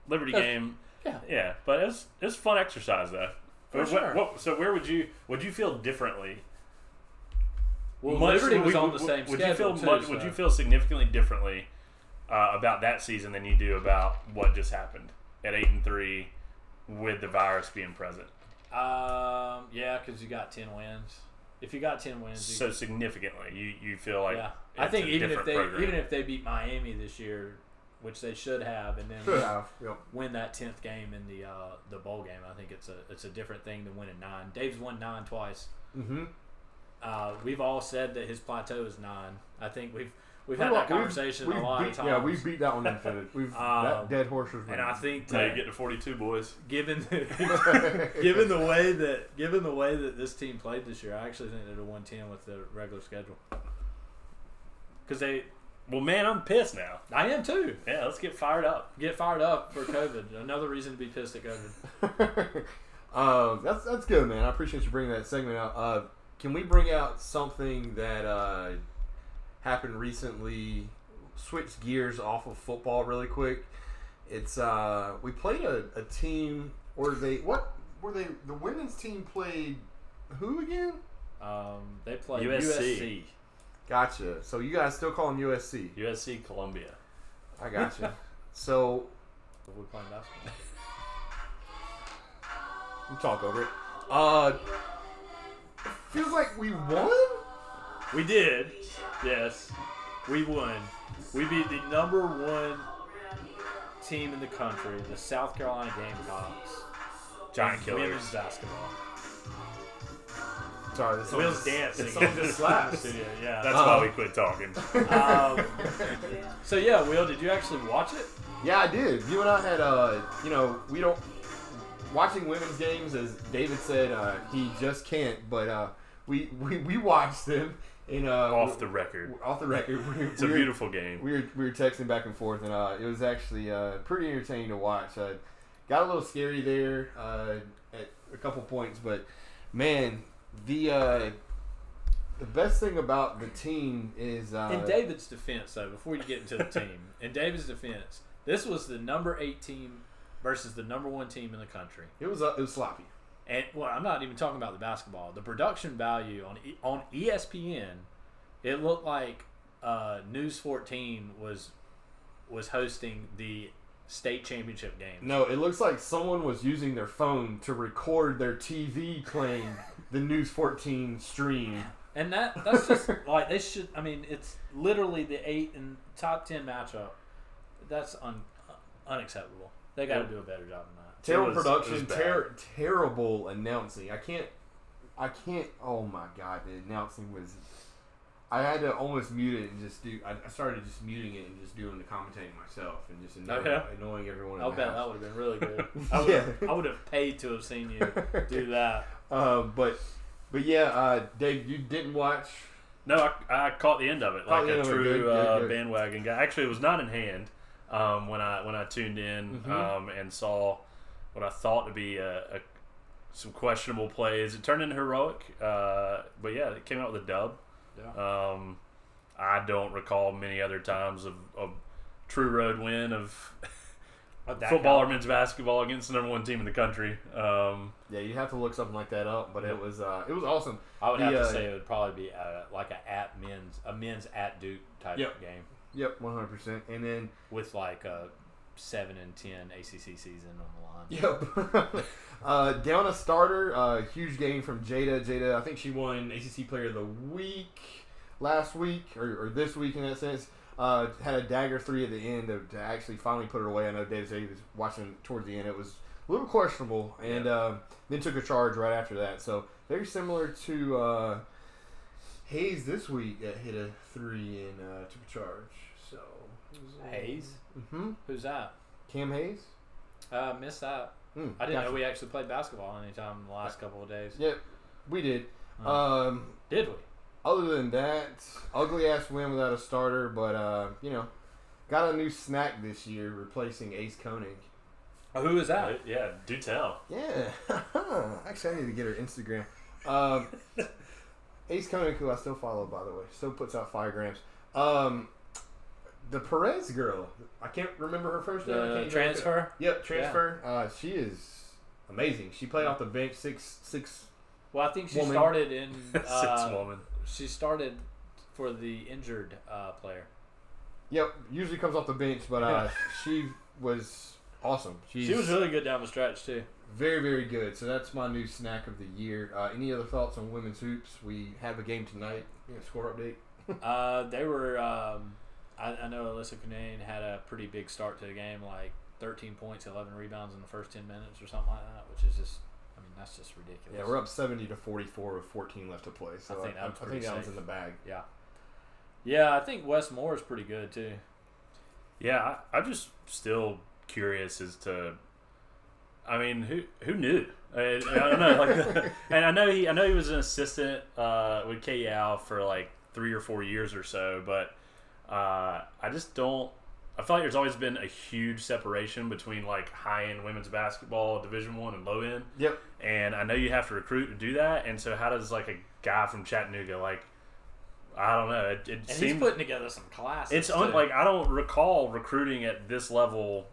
Liberty That's- game. yeah. yeah. But it's it's fun exercise though. For What- sure. what- so where would you would you feel differently Well, Much- Liberty was would- on the would- same would you schedule feel too, much- Would so- you feel significantly differently uh, about that season than you do about what just happened at eight and three with the virus being present? Um, yeah, because you got ten wins. If you got ten wins, you, So significantly, you you feel like yeah, I it's think a even if different they program. even if they beat Miami this year, which they should have, and then Should have. Yep. win that tenth game in the uh, the bowl game, I think it's a it's a different thing than winning nine. Dave's won nine twice. Mm-hmm. Uh, we've all said that his plateau is nine. I think we've we've We've- had that we've- conversation we've a lot beat, of times. Yeah, we beat that one infinite. We've Um, that dead horse was and I think Now you that get to forty two boys. given the, given the way that given the way that this team played this year, I actually think they'd have won ten with the regular schedule. Because they, Well, man, I'm pissed now. I am too. Yeah, let's get fired up. Get fired up for COVID. Another reason to be pissed at COVID. think. um, that's that's good, man. I appreciate you bringing that segment out. Uh, can we bring out something that uh, happened recently? Switch gears off of football really quick. It's uh, we played a, a team, or they what were they? The women's team played who again? Um, they played USC. USC. Gotcha. So you guys still call them USC? USC Columbia. I gotcha. so We're playing basketball. You talk over it. Uh, feels like we won. We did. Yes. We won. We beat the number one team in the country, the South Carolina Gamecocks. Giant in killers. Women's basketball. Sorry, this song Will's just- dancing. This song just slaps. Studio, yeah. That's Uh-oh. why we quit talking. Um, so yeah, Will, did you actually watch it? yeah, I did. You and I had, uh, you know, we don't watching women's games as David said uh, he just can't. But uh, we, we we watched them in uh, Off the record. off the record. We- It's a we- beautiful game. we were, we were texting back and forth, and uh, it was actually uh, pretty entertaining to watch. Uh, got a little scary there uh, at a couple points, but man, the uh, the best thing about the team is uh, In David's defense, though, before you get into the team, in David's defense, this was the number eight team versus the number one team in the country. it was uh, it was sloppy. And well, I'm not even talking about the basketball. The production value on E- on ESPN, it looked like uh, News 14 was was hosting the state championship game. No, it looks like someone was using their phone to record their TV playing the News 14 stream. And that that's just like they should. I mean, it's literally the eight and top ten matchup. That's un, unacceptable. They got to Yeah. do a better job than that. Terrible was- it was production, bad. ter- terrible announcing. I can't, I can't. Oh my god, the announcing was. I had to almost mute it and just do. I, I started just muting it and just doing the commentating myself and just annoying, Okay. annoying everyone. in I'll the bet that house. would have been really good. I would Yeah. I would have paid to have seen you do that. Uh, but, but yeah, uh, Dave, you didn't watch. No, I, I caught the end of it Caught like the a end of it. true Good, good, uh, good. bandwagon guy. Actually, it was not in hand um, when I when I tuned in Mm-hmm. um, and saw what I thought to be a, a, some questionable plays. It turned into heroic, uh, but yeah, it came out with a dub. Um, I don't recall many other times of, of true road win of That football or guy. men's basketball against the number one team in the country. Um, Yeah, you have to look something like that up. But it was, uh, it was awesome. I would The, have uh, to say it would probably be uh like a at men's a men's at Duke type Yep. game Yep, one hundred percent. And then with like a seven and ten ACC season on the line. Yep. uh, down a starter, uh, huge game from Jada. Jada, I think she won ACC Player of the Week last week or, or this week in that sense. Uh, had a dagger three at the end to, to actually finally put her away. I know Dave said he was watching towards the end. It was a little questionable, and um then took a charge right after that. So very similar to uh, Hayes this week that hit a three and uh, took a charge. So Hayes, hmm who's that? Cam Hayes. Uh, missed that. Mm, I didn't gotcha. know we actually played basketball anytime in the last couple of days. Yep, we did. Mm. Um, Did we? Other than that, ugly ass win without a starter, but uh, you know, got a new snack this year replacing Ace Koenig. Oh, who is that? Uh, yeah, do tell. Yeah. Actually, I need to get her Instagram. Um, Ace Koenig, who I still follow, by the way, still puts out firegrams. Um, the Perez girl. I can't remember her first name. I can't The even look transfer. it up. Yep, transfer. Uh, she is amazing. She played off the bench six six. Well, I think she Woman. started in. Six Uh, woman. she started for the injured uh, player. Yep, usually comes off the bench, but uh, she was awesome. She's She was really good down the stretch too. very very good. So that's my new snack of the year. Uh, any other thoughts on women's hoops? We have a game tonight. You know, score update. Uh, they were. Um, I, I know Alyssa Canane had a pretty big start to the game, like 13 points, 11 rebounds in the first 10 minutes or something like that, which is just. I mean, that's just ridiculous. Yeah, we're up 70 to 44 with 14 left to play. So I think, I, that was I think pretty that was safe. in the bag. Yeah. Yeah, I think Wes Moore is pretty good too. Yeah, I, I'm just still curious as to. I mean, who who knew? I, I don't know. Like, and I know he, I know he was an assistant uh, with KL for like three or four years or so, but uh, I just don't. I feel like there's always been a huge separation between like high end women's basketball, Division One, and low end. Yep. and I know you have to recruit to do that. And so, how does like a guy from Chattanooga, like I don't know, it, it And seemed he's putting together some classes. it's un- like I don't recall recruiting at this level.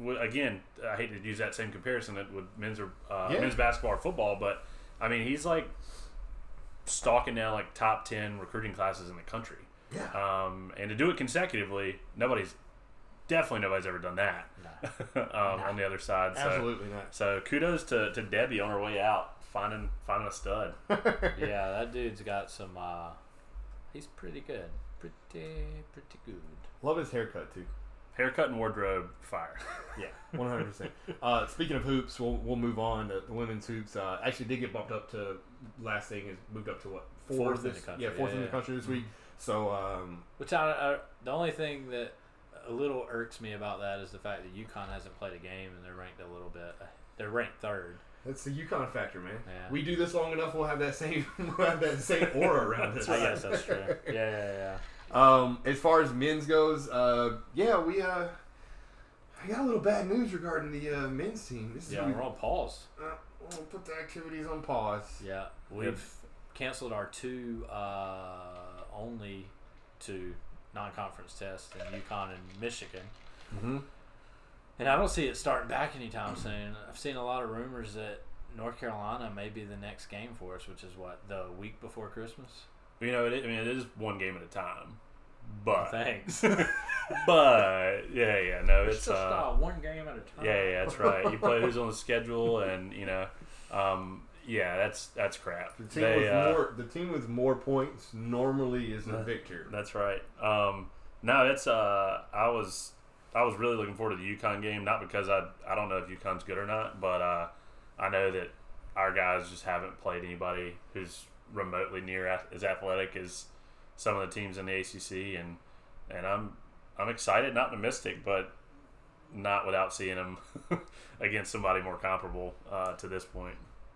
W- Again, I hate to use that same comparison that with men's or uh, Yeah. men's basketball or football, but I mean he's like stalking now like top ten recruiting classes in the country. Yeah. Um, and to do it consecutively, nobody's definitely nobody's ever done that. um, On the other side, so- Absolutely not. so kudos to, to Debbie on her way out, finding finding a stud. yeah, that dude's got some. Uh, he's pretty good. Pretty, pretty good. Love his haircut, too. Haircut and wardrobe, fire. Yeah, 100%. uh, speaking of hoops, we'll, we'll move on to the women's hoops. Uh, actually, did get bumped up to last thing is moved up to what? Fourth in this, the country. Yeah, fourth Yeah, in yeah. the Mm-hmm. country this week. So, um, Which I, I, the only thing that a little irks me about that is the fact that UConn hasn't played a game and they're ranked a little bit. They're ranked third. that's the Yukon factor, man. Yeah. We do this long enough, we'll have that same we'll have that same aura around us. I guess Oh, that's true. Yeah, yeah, yeah. Um, as far as men's goes, uh, yeah, we uh, I got a little bad news regarding the uh, men's team. This is Yeah, we, we're on pause. uh, we'll put the activities on pause. Yeah, we've canceled our two uh, only two non-conference tests in UConn and Michigan. Mm-hmm. And I don't see it starting back anytime soon. I've seen a lot of rumors that North Carolina may be the next game for us, which is what the week before Christmas. you know, it, I mean, it is one game at a time, but Thanks. but yeah, yeah, no, it's, It's just uh, uh, one game at a time. yeah, yeah, that's right. You play who's on the schedule, and you know, um, yeah, that's that's crap. The team They, with uh, more the team with more points normally is the victor. That's right. Um, no, it's uh, I was I was really looking forward to the UConn game, not because I I don't know if UConn's good or not, but uh, I know that our guys just haven't played anybody who's remotely near ath- as athletic as some of the teams in the ACC, and and I'm I'm excited, not optimistic, but not without seeing them against somebody more comparable uh, to this point.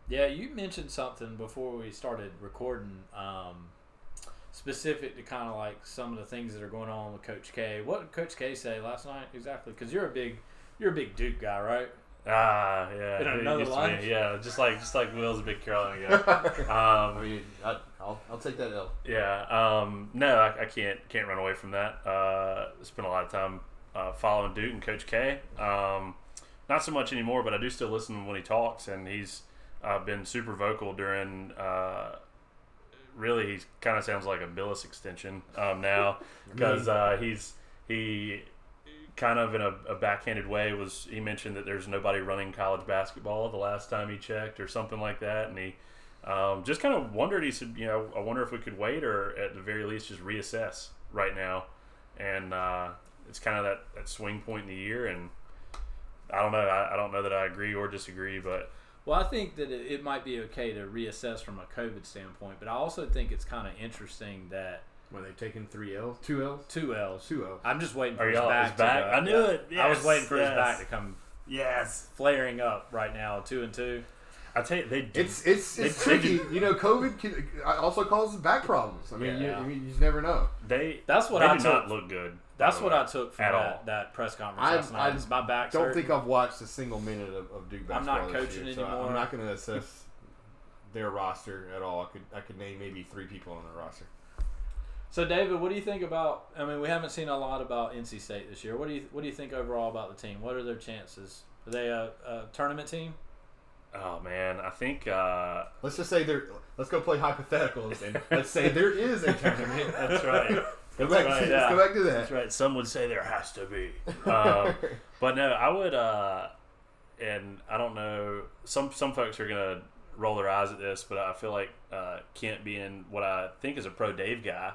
Yeah, you mentioned something before we started recording, um, specific to kind of like some of the things that are going on with Coach K. What did Coach K say last night exactly? Because you're a big, you're a big Duke guy, right? Ah, yeah, In it another used to be- life? yeah, just like just like Will's a big Carolina guy. Um, I mean, I, I'll, I'll take that L. Yeah. Um, no, I, I can't can't run away from that. Uh, spent a lot of time uh, following Duke and Coach K. Um, not so much anymore, but I do still listen when he talks, and he's uh, been super vocal during. Uh, really, he kind of sounds like a Billis extension um, now because uh, he's he kind of in a, a backhanded way was he mentioned that there's nobody running college basketball the last time he checked or something like that, and he um, just kind of wondered. He said, you know, I wonder if we could wait or at the very least just reassess right now. And uh, it's kind of that, that swing point in the year. And I don't know. I, I don't know that I agree or disagree, but Well, I think that it, it might be okay to reassess from a COVID standpoint, but I also think it's kind of interesting that When they've taken three L's, two L's, two L's. two L's. I'm just waiting for Are his y'all- back. his back? To, I knew it. I was Yes, waiting for his yes. back to come yes. flaring up right now, two and two. I tell you, they do. It's it's it's They- tricky. they do- You know, COVID can, uh, also causes back problems. I mean, you, Yeah. I mean, you just never know. they. That's what they I do took- not look good. by That's the what way, I took from at that, all. that press conference I- last night. I is my back. Don't hurting. think I've watched a single minute of, of Duke I'm basketball. not this coaching year, so anymore. I'm not going to assess their roster at all. I could I could name maybe three people on their roster. So, David, what do you think about? I mean, we haven't seen a lot about NC State this year. What do you What do you think overall about the team? What are their chances? Are they a, a tournament team? Oh man, I think uh, Let's just say there. Let's go play hypotheticals and let's say there is a tournament. that's right. Go back. right, let's yeah. go back to that. That's right. Some would say there has to be. Um, but no, I would, uh, and I don't know. Some some folks are gonna roll their eyes at this, but I feel like uh, Kent being what I think is a pro Dave guy,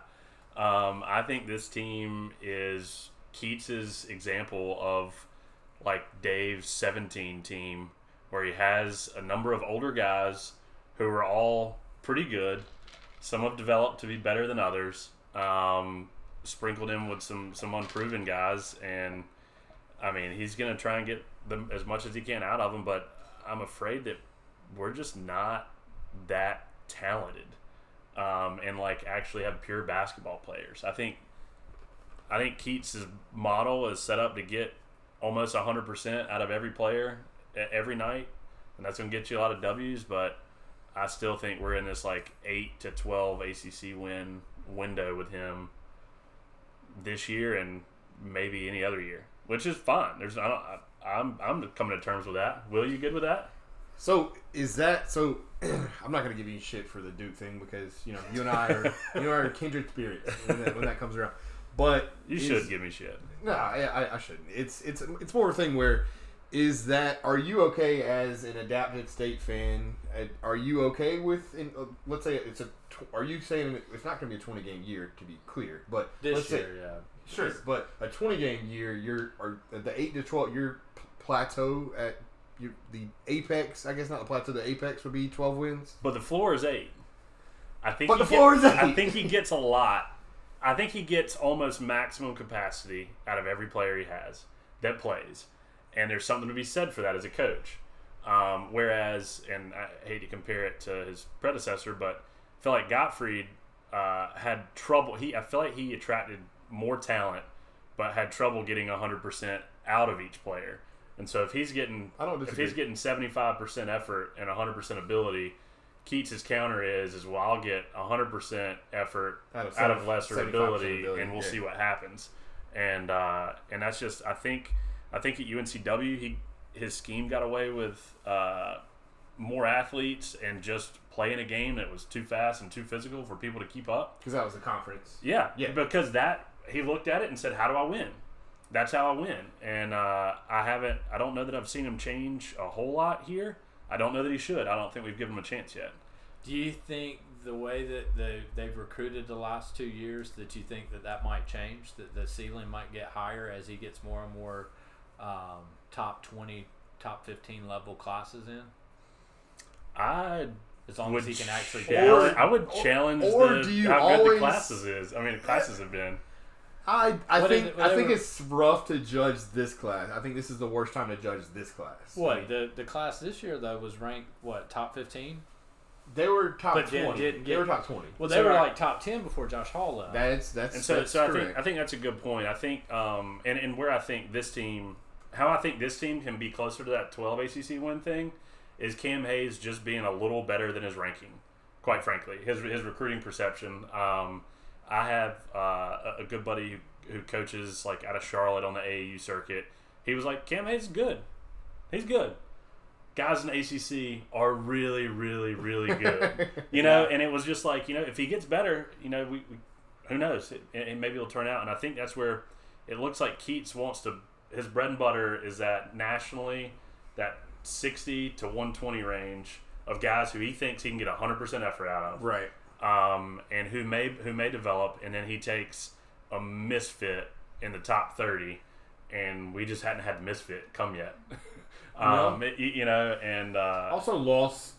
um, I think this team is Keats's example of like Dave's 17 team, where he has a number of older guys who are all pretty good. Some have developed to be better than others. Um, sprinkled in with some some unproven guys, and I mean he's gonna try and get them as much as he can out of them. But I'm afraid that we're just not that talented, um, and like actually have pure basketball players. I think I think Keats's model is set up to get almost 100 percent out of every player e- every night, and that's gonna get you a lot of Ws, but. I still think we're in this like eight to twelve ACC win window with him this year and maybe any other year, which is fine. There's I don't, I, I'm I'm coming to terms with that. Will you good with that? So is that so? I'm not gonna give you shit for the Duke thing because you know you and I are you and I are kindred spirits when that, when that comes around. But You is- should give me shit. No, I, I, I shouldn't. It's it's it's more of a thing where is that are you okay as an adapted state fan? Uh, Are you okay with in, uh, let's say it's a tw- are you saying it's not going to be a 20 game year to be clear, but This let's say- year, yeah. Sure, but a 20 game year, you're or the 8 to 12, your p- plateau at your, the apex, I guess not the plateau, the apex would be 12 wins. But the floor is eight. I think. But he the floor gets- is eight. I think he gets a lot. I think he gets almost maximum capacity out of every player he has that plays, and there's something to be said for that as a coach. Um, whereas, and I hate to compare it to his predecessor, but I feel like Gottfried uh, had trouble. He, I feel like he attracted more talent, but had trouble getting 100% out of each player. And so, if he's getting, I don't if he's disagree. getting 75% effort and 100% ability, Keats's counter is is well, I'll get 100% effort Out out of of, seven- lesser 75% ability, ability, and we'll yeah. see what happens. And uh, and that's just I think I think at UNCW he his scheme got away with uh, more athletes and just playing a game that was too fast and too physical for people to keep up. Because that was the conference. Yeah, Yeah. Because that he looked at it and said, "How do I win?" That's how I win. And uh, I haven't. I don't know that I've seen him change a whole lot here. I don't know that he should. I don't think we've given him a chance yet. Do you think the way that they, they've recruited the last two years that you think that that might change? That the ceiling might get higher as he gets more and more um, top twenty, top fifteen level classes in, I as long would as he can actually. challenge- do it? I would challenge or the, do you how good always- the classes is. I mean, the classes have been. I, I What is think it- I think whatever- it's rough to judge this class. I think this is the worst time to judge this class. What the the class this year though was ranked what top fifteen? They were top But did- twenty. didn't they get- were top twenty. Well, they So were I- like top ten before Josh Hall left. That's that's And so, that's so I correct. think I think that's a good point. I think, um, and, and where I think this team, how I think this team can be closer to that 12 ACC win thing, is Cam Hayes just being a little better than his ranking. Quite frankly, his his recruiting perception. Um, I have uh, a- a good buddy who, who coaches like out of Charlotte on the AAU circuit. He was like, Cam Hayes is good. He's good. Guys in the ACC are really, really, really good. you know, and it was just like, you know, if he gets better, you know, we, we who knows? It, it, maybe it'll turn out. And I think that's where it looks like Keats wants to. His bread and butter is that nationally, that 60 to 120 range of guys who he thinks he can get 100% effort out of right. um, and who may who may develop, and then he takes a misfit in the top thirty, and we just hadn't had misfit come yet. um, it- you- you know, and uh, Also lost,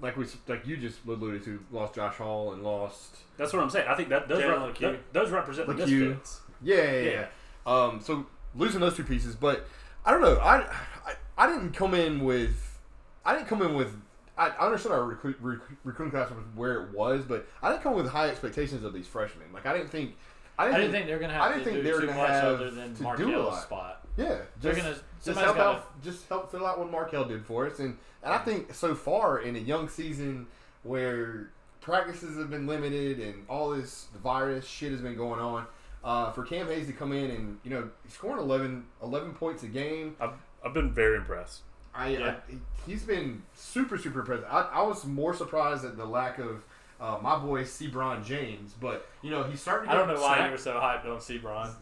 like we s- like you just alluded to, lost Josh Hall and lost. that's what I'm saying. I think that those, Jalen re- LeCue. th- those represent the LeCue. misfits. Yeah, yeah, yeah. Yeah. Um, so losing those two pieces, but I don't know. I, I I didn't come in with I didn't come in with I, I understand our recruit, recruit, recruiting class was where it was, but I didn't come with high expectations of these freshmen. Like I didn't think. I didn't, I didn't think they're gonna have I didn't to think do they were too gonna much have other than to do a Markel's lot. spot. Yeah, They're just gonna- just somebody's help gotta- Mm. out, just help fill out what Markel did for us, and and I think so far in a young season where practices have been limited and all this virus shit has been going on, uh, for Cam Hayes to come in and you know scoring 11, 11 points a game, I've, I've been very impressed. I, Yeah. I he's been super super impressive. I, I was more surprised at the lack of. Uh, my boy, Bron James, but you know he's starting. I to don't know why Snack- you were so hyped on Sebron.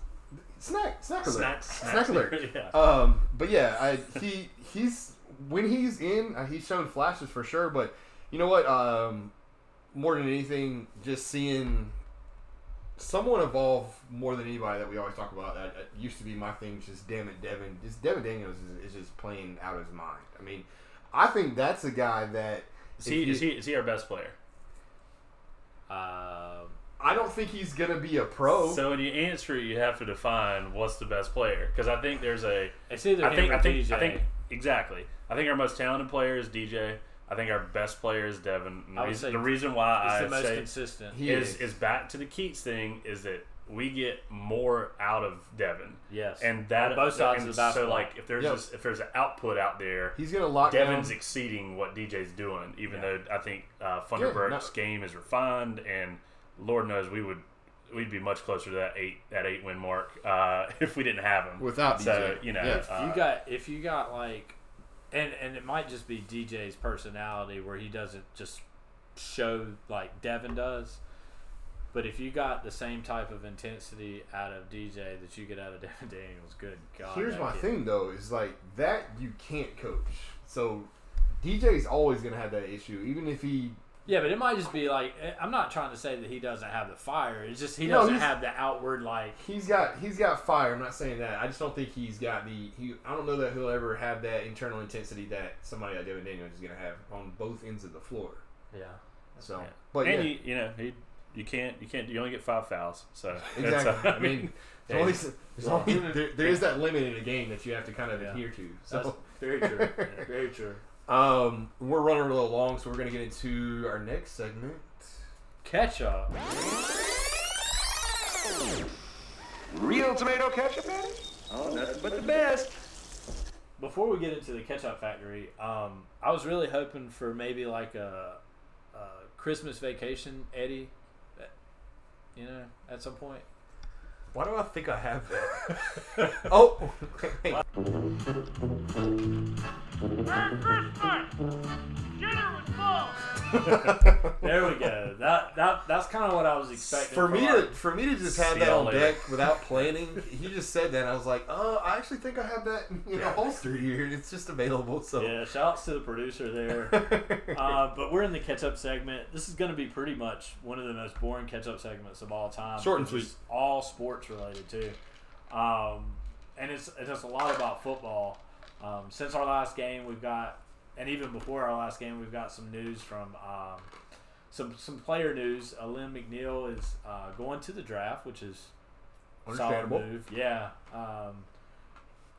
snack snack alert. Snack- snack snack alert. Yeah. Um, but yeah, I, he he's when he's in, uh, he's shown flashes for sure. But you know what? Um, more than anything, just seeing someone evolve more than anybody that we always talk about. That that used to be my thing. is Just damn it, Devin. Just Devin Daniels is, is just playing out of his mind. I mean, I think that's a guy that Is he, if you- is he is he our best player? Um, I don't think he's gonna be a Oh. pro. So when you answer, it, you have to define what's the best player because I think there's a it's either I him think or I think DJ. I think exactly. I think our most talented player is DJ. I think our best player is Devin. And The I would reason, say the reason why he's I the most say consistent. He is is back to the Keats thing is that we get more out of Devin. Yes. And that On both sides and of the basketball. So like if there's Yep. this, if there's an output out there, he's gonna lock Devin's down. exceeding what DJ's doing, even Yeah. though I think uh, Yeah, Funderburk's no- game is refined, and Lord knows we would we'd be much closer to that eight that eight win mark uh, if we didn't have him Without So DJ, you know, yeah. If uh, you got if you got like and and it might just be DJ's personality where he doesn't just show like Devin does. But if you got the same type of intensity out of DJ that you get out of Devin Daniels, good God. Here's that my kid- thing though, is like that you can't coach. So DJ's always gonna have that issue, even if he Yeah, but it might just be like eh, I'm not trying to say that he doesn't have the fire. It's just he No, doesn't he's- have the outward like he's got he's got fire. I'm not saying that. I just don't think he's got the. He, I don't know that he'll ever have that internal intensity that somebody like Devin Daniels is gonna have on both ends of the floor. yeah. So, Yeah. but and yeah, you you know he, you can't you can't you only get five fouls, so that's- uh, exactly. I mean, there's only, hey, there's only- there, there is that limit in the game that you have to kind of Yeah. adhere to. So. That's very true. very true. Um, we're running a little long, so we're gonna get into our next segment. Catch up. Real tomato ketchup, man? Oh, nothing but the best. before we get into the ketchup factory, um, I was really hoping for maybe like a, a Christmas vacation, Eddie. uh, You know, at some point. Why do I think I have that? oh, Merry Christmas! Dinner was full! There we go. that that that's kind of what I was expecting. for me to our- for me to just have See that y'all on later. deck without planning, he just said that. And I was like, oh, I actually think I have that in a holster here, and it's just available. So yeah, shouts to the producer there. uh, but we're in the catch-up segment. This is going to be pretty much one of the most boring catch-up segments of all time. Short and because it's All sports related too, um, and it's it's just a lot about football. Um, since our last game, we've got, and even before our last game, we've got some news from um, some some player news. Uh, Lynn McNeil is uh, going to the draft, which is a solid Understandable. move. Yeah. Um,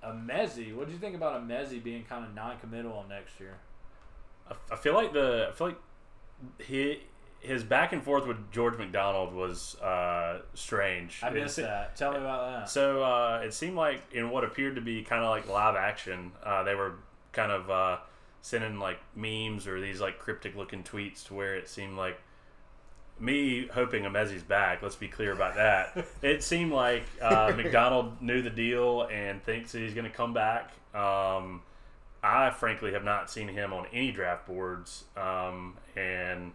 Amezi, what do you think about Amezi being kind of non-committal on next year? I, I feel like the I feel like he. His back and forth with George McDonald was uh, strange. I It's- missed that. Tell me about that. So uh, it seemed like in what appeared to be kind of like live action, uh, they were kind of uh, sending like memes or these like cryptic looking tweets to where it seemed like me hoping Amezi's back. Let's be clear about that. it seemed like uh, McDonald knew the deal and thinks that he's going to come back. Um, I frankly have not seen him on any draft boards, um, and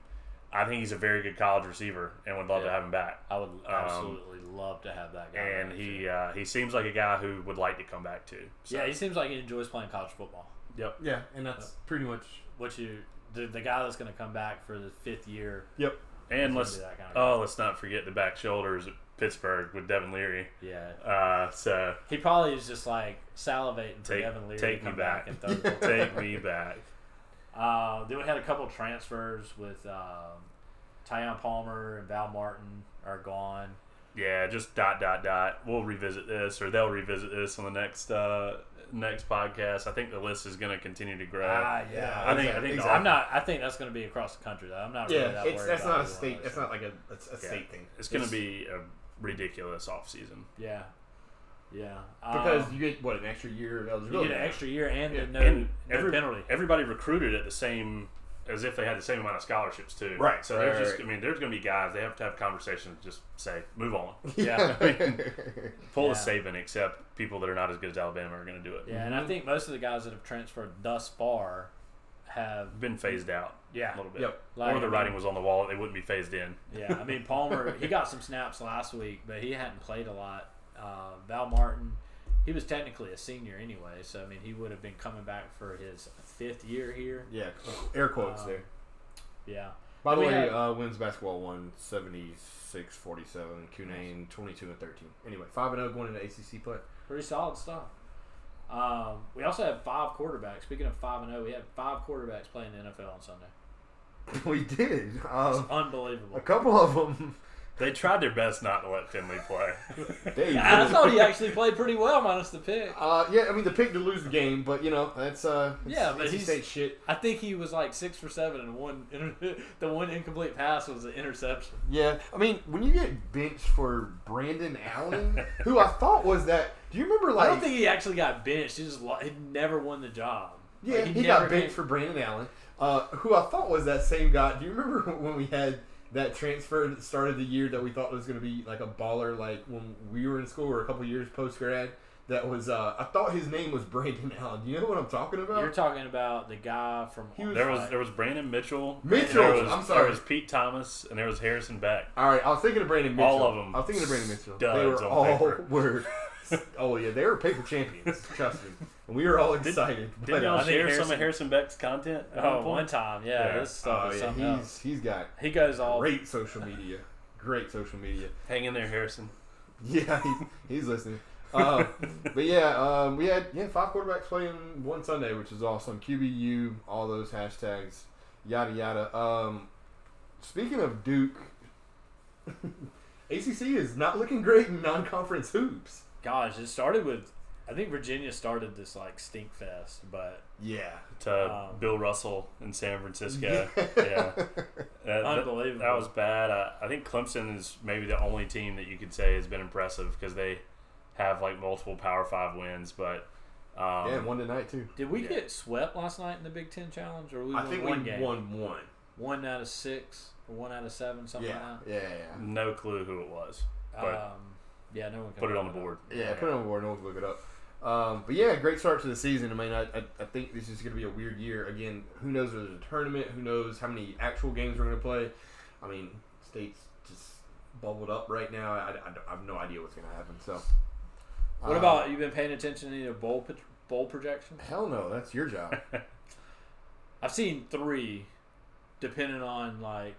I think he's a very good college receiver and would love to Yeah. have him back I would absolutely love to have that guy. and back, he too. uh, he seems like a guy who would like to come back to. So, yeah, he seems like he enjoys playing college football. Yep. yeah, and that's pretty much. What you the, the guy that's going to come back for the fifth year? Yep. And He's let's gonna be that kind of guy. oh let's not forget the back shoulders at Pittsburgh with Devin Leary. Yeah, Uh, so he probably is just like salivating for Take- Evan Leary take to me come back, back. and throw the ball. take me back. Uh, then we had a couple transfers with um, Tyon Palmer and Val Martin are gone. Yeah, just dot dot dot. We'll revisit this, or they'll revisit this on the next uh, next podcast, I think the list is going to continue to grow. Ah, yeah. I think I think I'm not. I think that's going to be across the country. Though. I'm not really Yeah, that it's worried that's about not a who state. won. That's not like a that's a state thing. it's going to be it's- a ridiculous off season. Yeah, yeah. Because Um, you get what an extra year of you eligibility. get an extra year and Yeah. a no, and no every, penalty. Everybody recruited at the same as if they had the same amount of scholarships too. Right, So right, there's right, just right. I mean there's going to be guys they have to have conversations just say move on. Yeah. I mean, pull Yeah. a Saban except people that are not as good as Alabama are going to do it. Yeah, and I think most of the guys that have transferred thus far have Been phased out yeah, a little bit. Yep. Like, or uh, I the mean- writing was on the wall; they wouldn't be phased in. yeah. I mean Palmer, he got some snaps last week, but he hadn't played a lot. Uh, Val Martin, he was technically a senior anyway, so I mean he would have been coming back for his fifth year here. Yeah, air quotes there. Yeah, By the we way, had- uh, women's basketball won 76 47. Kunane 22 and 13. Anyway, 5 and 0 going into ACC play. pretty solid stuff. Um, we also had five quarterbacks. Speaking of five and zero, we had five quarterbacks playing the NFL on Sunday. we did. Um, Unbelievable. a couple of them. They tried their best not to let Finley play. They I did. thought he actually played pretty well, minus the pick. Uh, yeah, I mean, the pick to lose the game, but, you know, that's. Uh, it's- Yeah, but NC he's- State shit. I think he was like six for seven, and one the one incomplete pass was an interception. Yeah, I mean, when you get benched for Brandon Allen, who I thought was that. Do you remember, I like. don't think he actually got benched. He just lo- he never won the job. Yeah, Like, he, never got benched came- for Brandon Allen, uh, who I thought was that same guy. Do you remember when we had that transfer at the start of the year that we thought was going to be like a baller, like when we were in school or a couple years post grad? That was uh, I thought his name was Brandon Allen. Do you know what I'm talking about? You're talking about the guy from He was- There was there was Brandon Mitchell. Mitchell, there was- I'm sorry. There was Pete Thomas, and there was Harrison Beck. all right, I was thinking of Brandon Mitchell. All of 'em I was thinking of Brandon Mitchell. studs They were on all paper. were. Oh yeah, they were paper champions. Trust me, and we were all excited. uh, Didn't y'all I think share some Harrison- of Harrison Beck's content? At Oh, one one point? time, yeah, Yeah. this stuff oh is yeah, something he's else. he's got He goes all great social media. Great social media. Hang in there, Harrison. Yeah, he's, he's listening. Uh, but yeah, um, we had yeah five quarterbacks playing one Sunday, which is awesome. QBU, all those hashtags, yada yada. Um, speaking of Duke, ACC is not looking great in non-conference hoops. gosh. It started with I think Virginia started this like stink fest, but Yeah, to Um, Bill Russell in San Francisco. Yeah, That- that, Unbelievable. That was bad. I, I think Clemson is maybe the only team that you could say has been impressive because they have like multiple Power Five wins. But um, yeah, and one tonight too. did we Yeah. get swept last night in the Big Ten Challenge, or we I won think one we game? won one. one out of six or one out of seven, something Yeah, like yeah, no clue who it was. that. But um, yeah, no one can put it look on the board. yeah, yeah. Put it on the board. No one can look it up. Um, but yeah, great start to the season. I mean, I, I, I think this is going to be a weird year again. Who knows if there's a tournament? Who knows how many actual games we're going to play? I mean, states just bubbled up right now. I, I don't- I have no idea what's going to happen. So, What Uh, about you? Been paying attention to any of the bowl pro- bowl projections? hell no? That's your job. I've seen three, depending on like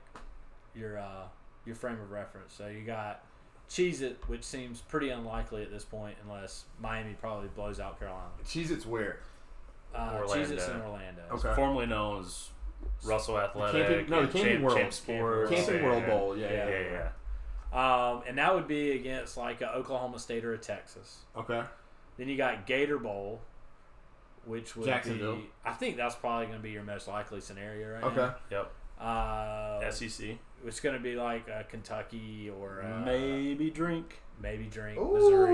your uh, your frame of reference. So you got Cheez It, which seems pretty unlikely at this point, unless Miami probably blows out Carolina. Cheez It's where Uh, Orlando. Cheez It's in Orlando. Okay. Formerly known as Russell Athletic. no, and Camping Champ- World. Champ Sports, Camping and- World Bowl. Yeah, Yeah, yeah. yeah, yeah. Um, and that would be against like a Oklahoma State or a Texas. Okay. Then you got Gator Bowl, which would Jacksonville. be. I think that's probably going to be your most likely scenario right Okay. Yep. E now. Uh, SEC. it's going to be like uh, Kentucky or uh, Maybe drink. maybe drink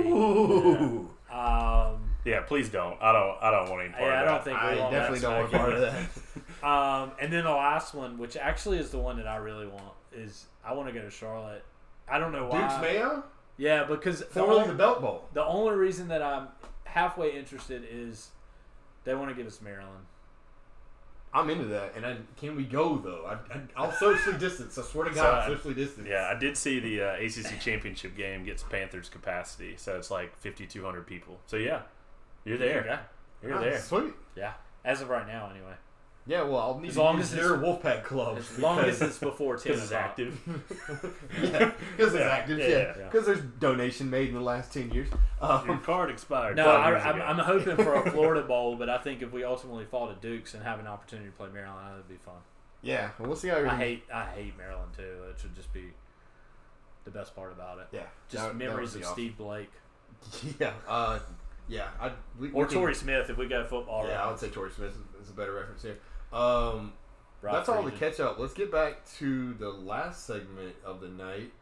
Missouri. Ooh. Yeah. Um, Yeah, please don't. I don't. I don't want any part yeah, I of that. don't think we I want definitely don't that want part of that. smack. Um, and then the last one, which actually is the one that I really want, is I want to go to Charlotte. I don't know why. Duke's Mayo, Yeah, because the formerly only, the Belt Bowl. the only reason that I'm halfway interested is they want to give us Maryland. I'm into that. And I, can we go though? I, I, I'll socially distance. I swear to God, I'll So, I- socially distance. Yeah, I did see the uh, ACC championship game gets Panthers capacity, so it's like 5,200 people. So yeah, you're there. Yeah. You're Ah, there. Sweet. Yeah. As of right now, anyway. Yeah, well, I'll need As to long use as their it's- Wolfpack club. As long as it's before 10 Because it's o'clock. active. yeah, because it's active. yeah, Yeah, yeah, because yeah. there's donation made in the last ten years. Your Um, card expired. No, five I, years I'm, ago. I'm hoping for a Florida bowl, but I think if we ultimately fall to Duke's and have an opportunity to play Maryland, that would be fun. yeah, well, we'll see how. I everything- hate I hate Maryland too. That should just be the best part about it. Yeah, Just that- that memories would of be Steve Blake. awesome. Yeah, uh, Yeah, I we, Or we can- Torrey Smith if we go football. Yeah, I would say Torrey Smith is, is a better reference here. Um, Rob that's all the Friedman. catch up. Let's get back to the last segment of the night.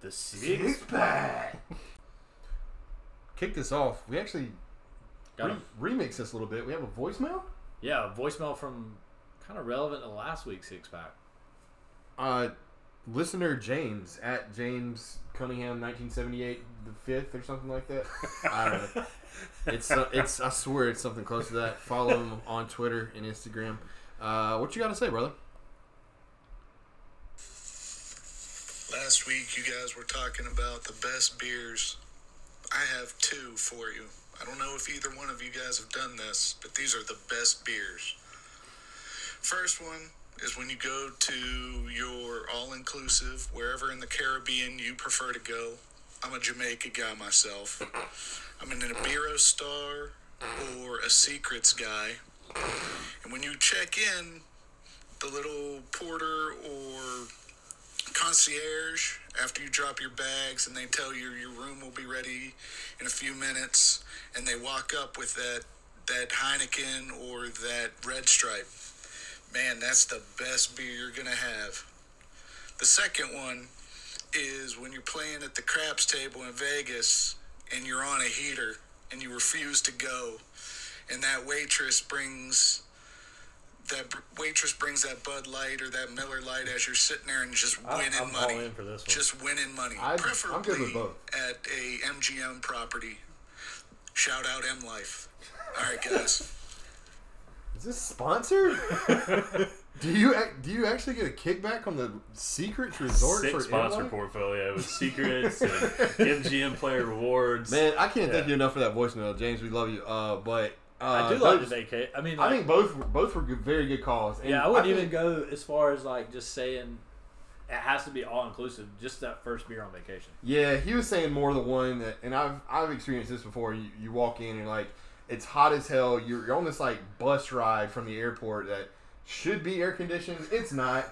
The six. pack. Kick this off. We actually Got a, re- remix this a little bit. We have a voicemail. yeah, a voicemail from kind of relevant to last week's six pack. Uh, listener James at James Cunningham, nineteen seventy eight, the fifth or something like that. I don't know. It's uh, it's. I swear it's something close to that. Follow him on Twitter and Instagram. Uh, what you got to say, brother? Last week, you guys were talking about the best beers. I have two for you. I don't know if either one of you guys have done this, but these are the best beers. First one is when you go to your all inclusive, wherever in the Caribbean you prefer to go. I'm a Jamaica guy myself. I'm an Ibero Star or a Secrets guy. And when you check in, the little porter or concierge after you drop your bags and they tell you your room will be ready in a few minutes and they walk up with that that Heineken or that Red Stripe. Man, that's the best beer you're going to have. The second one is when you're playing at the craps table in Vegas and you're on a heater and you refuse to go and that waitress brings that br- waitress brings that Bud Light or that Miller Light as you're sitting there and just I, winning I'm money all in for this one. just winning money. I- I'm good with Preferably both. at a MGM property. Shout out M Life. All right, guys. Is this sponsored? do you ac- do you actually get a kickback on the Secrets Resort for Six sponsor Inline? portfolio with secrets and MGM player rewards. Man, I can't thank Yeah. you enough for that voicemail, James. We love you. Uh, but uh, I do like those- the vacate. I mean, I like- think both both were good, very good calls. And yeah, I wouldn't even think- go as far as like just saying it has to be all inclusive. Just that first beer on vacation. Yeah, he was saying more the one that, and I've I've experienced this before. You, you walk in and like it's hot as hell. You're, you're on this like bus ride from the airport that should be air conditioned. It's not,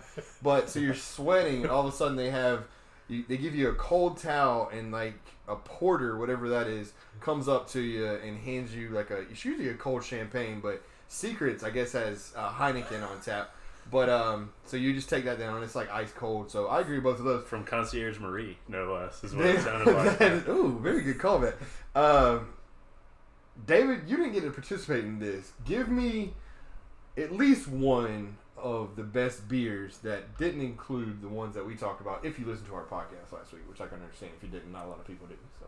but so you're sweating, and all of a sudden they have you, they give you a cold towel and like a porter, whatever that is, comes up to you and hands you like a it's usually a cold champagne, but Secrets I guess has uh, Heineken on tap. But um, so you just take that down, and it's like ice cold. So I agree with both of those. From Concierge Marie, no less, is what it sounded like. David, ooh, very good comment. Um, David, you didn't get to participate in this. Give me at least one of the best beers that didn't include the ones that we talked about. If you listened to our podcast last week, which I can understand if you didn't, not a lot of people didn't. So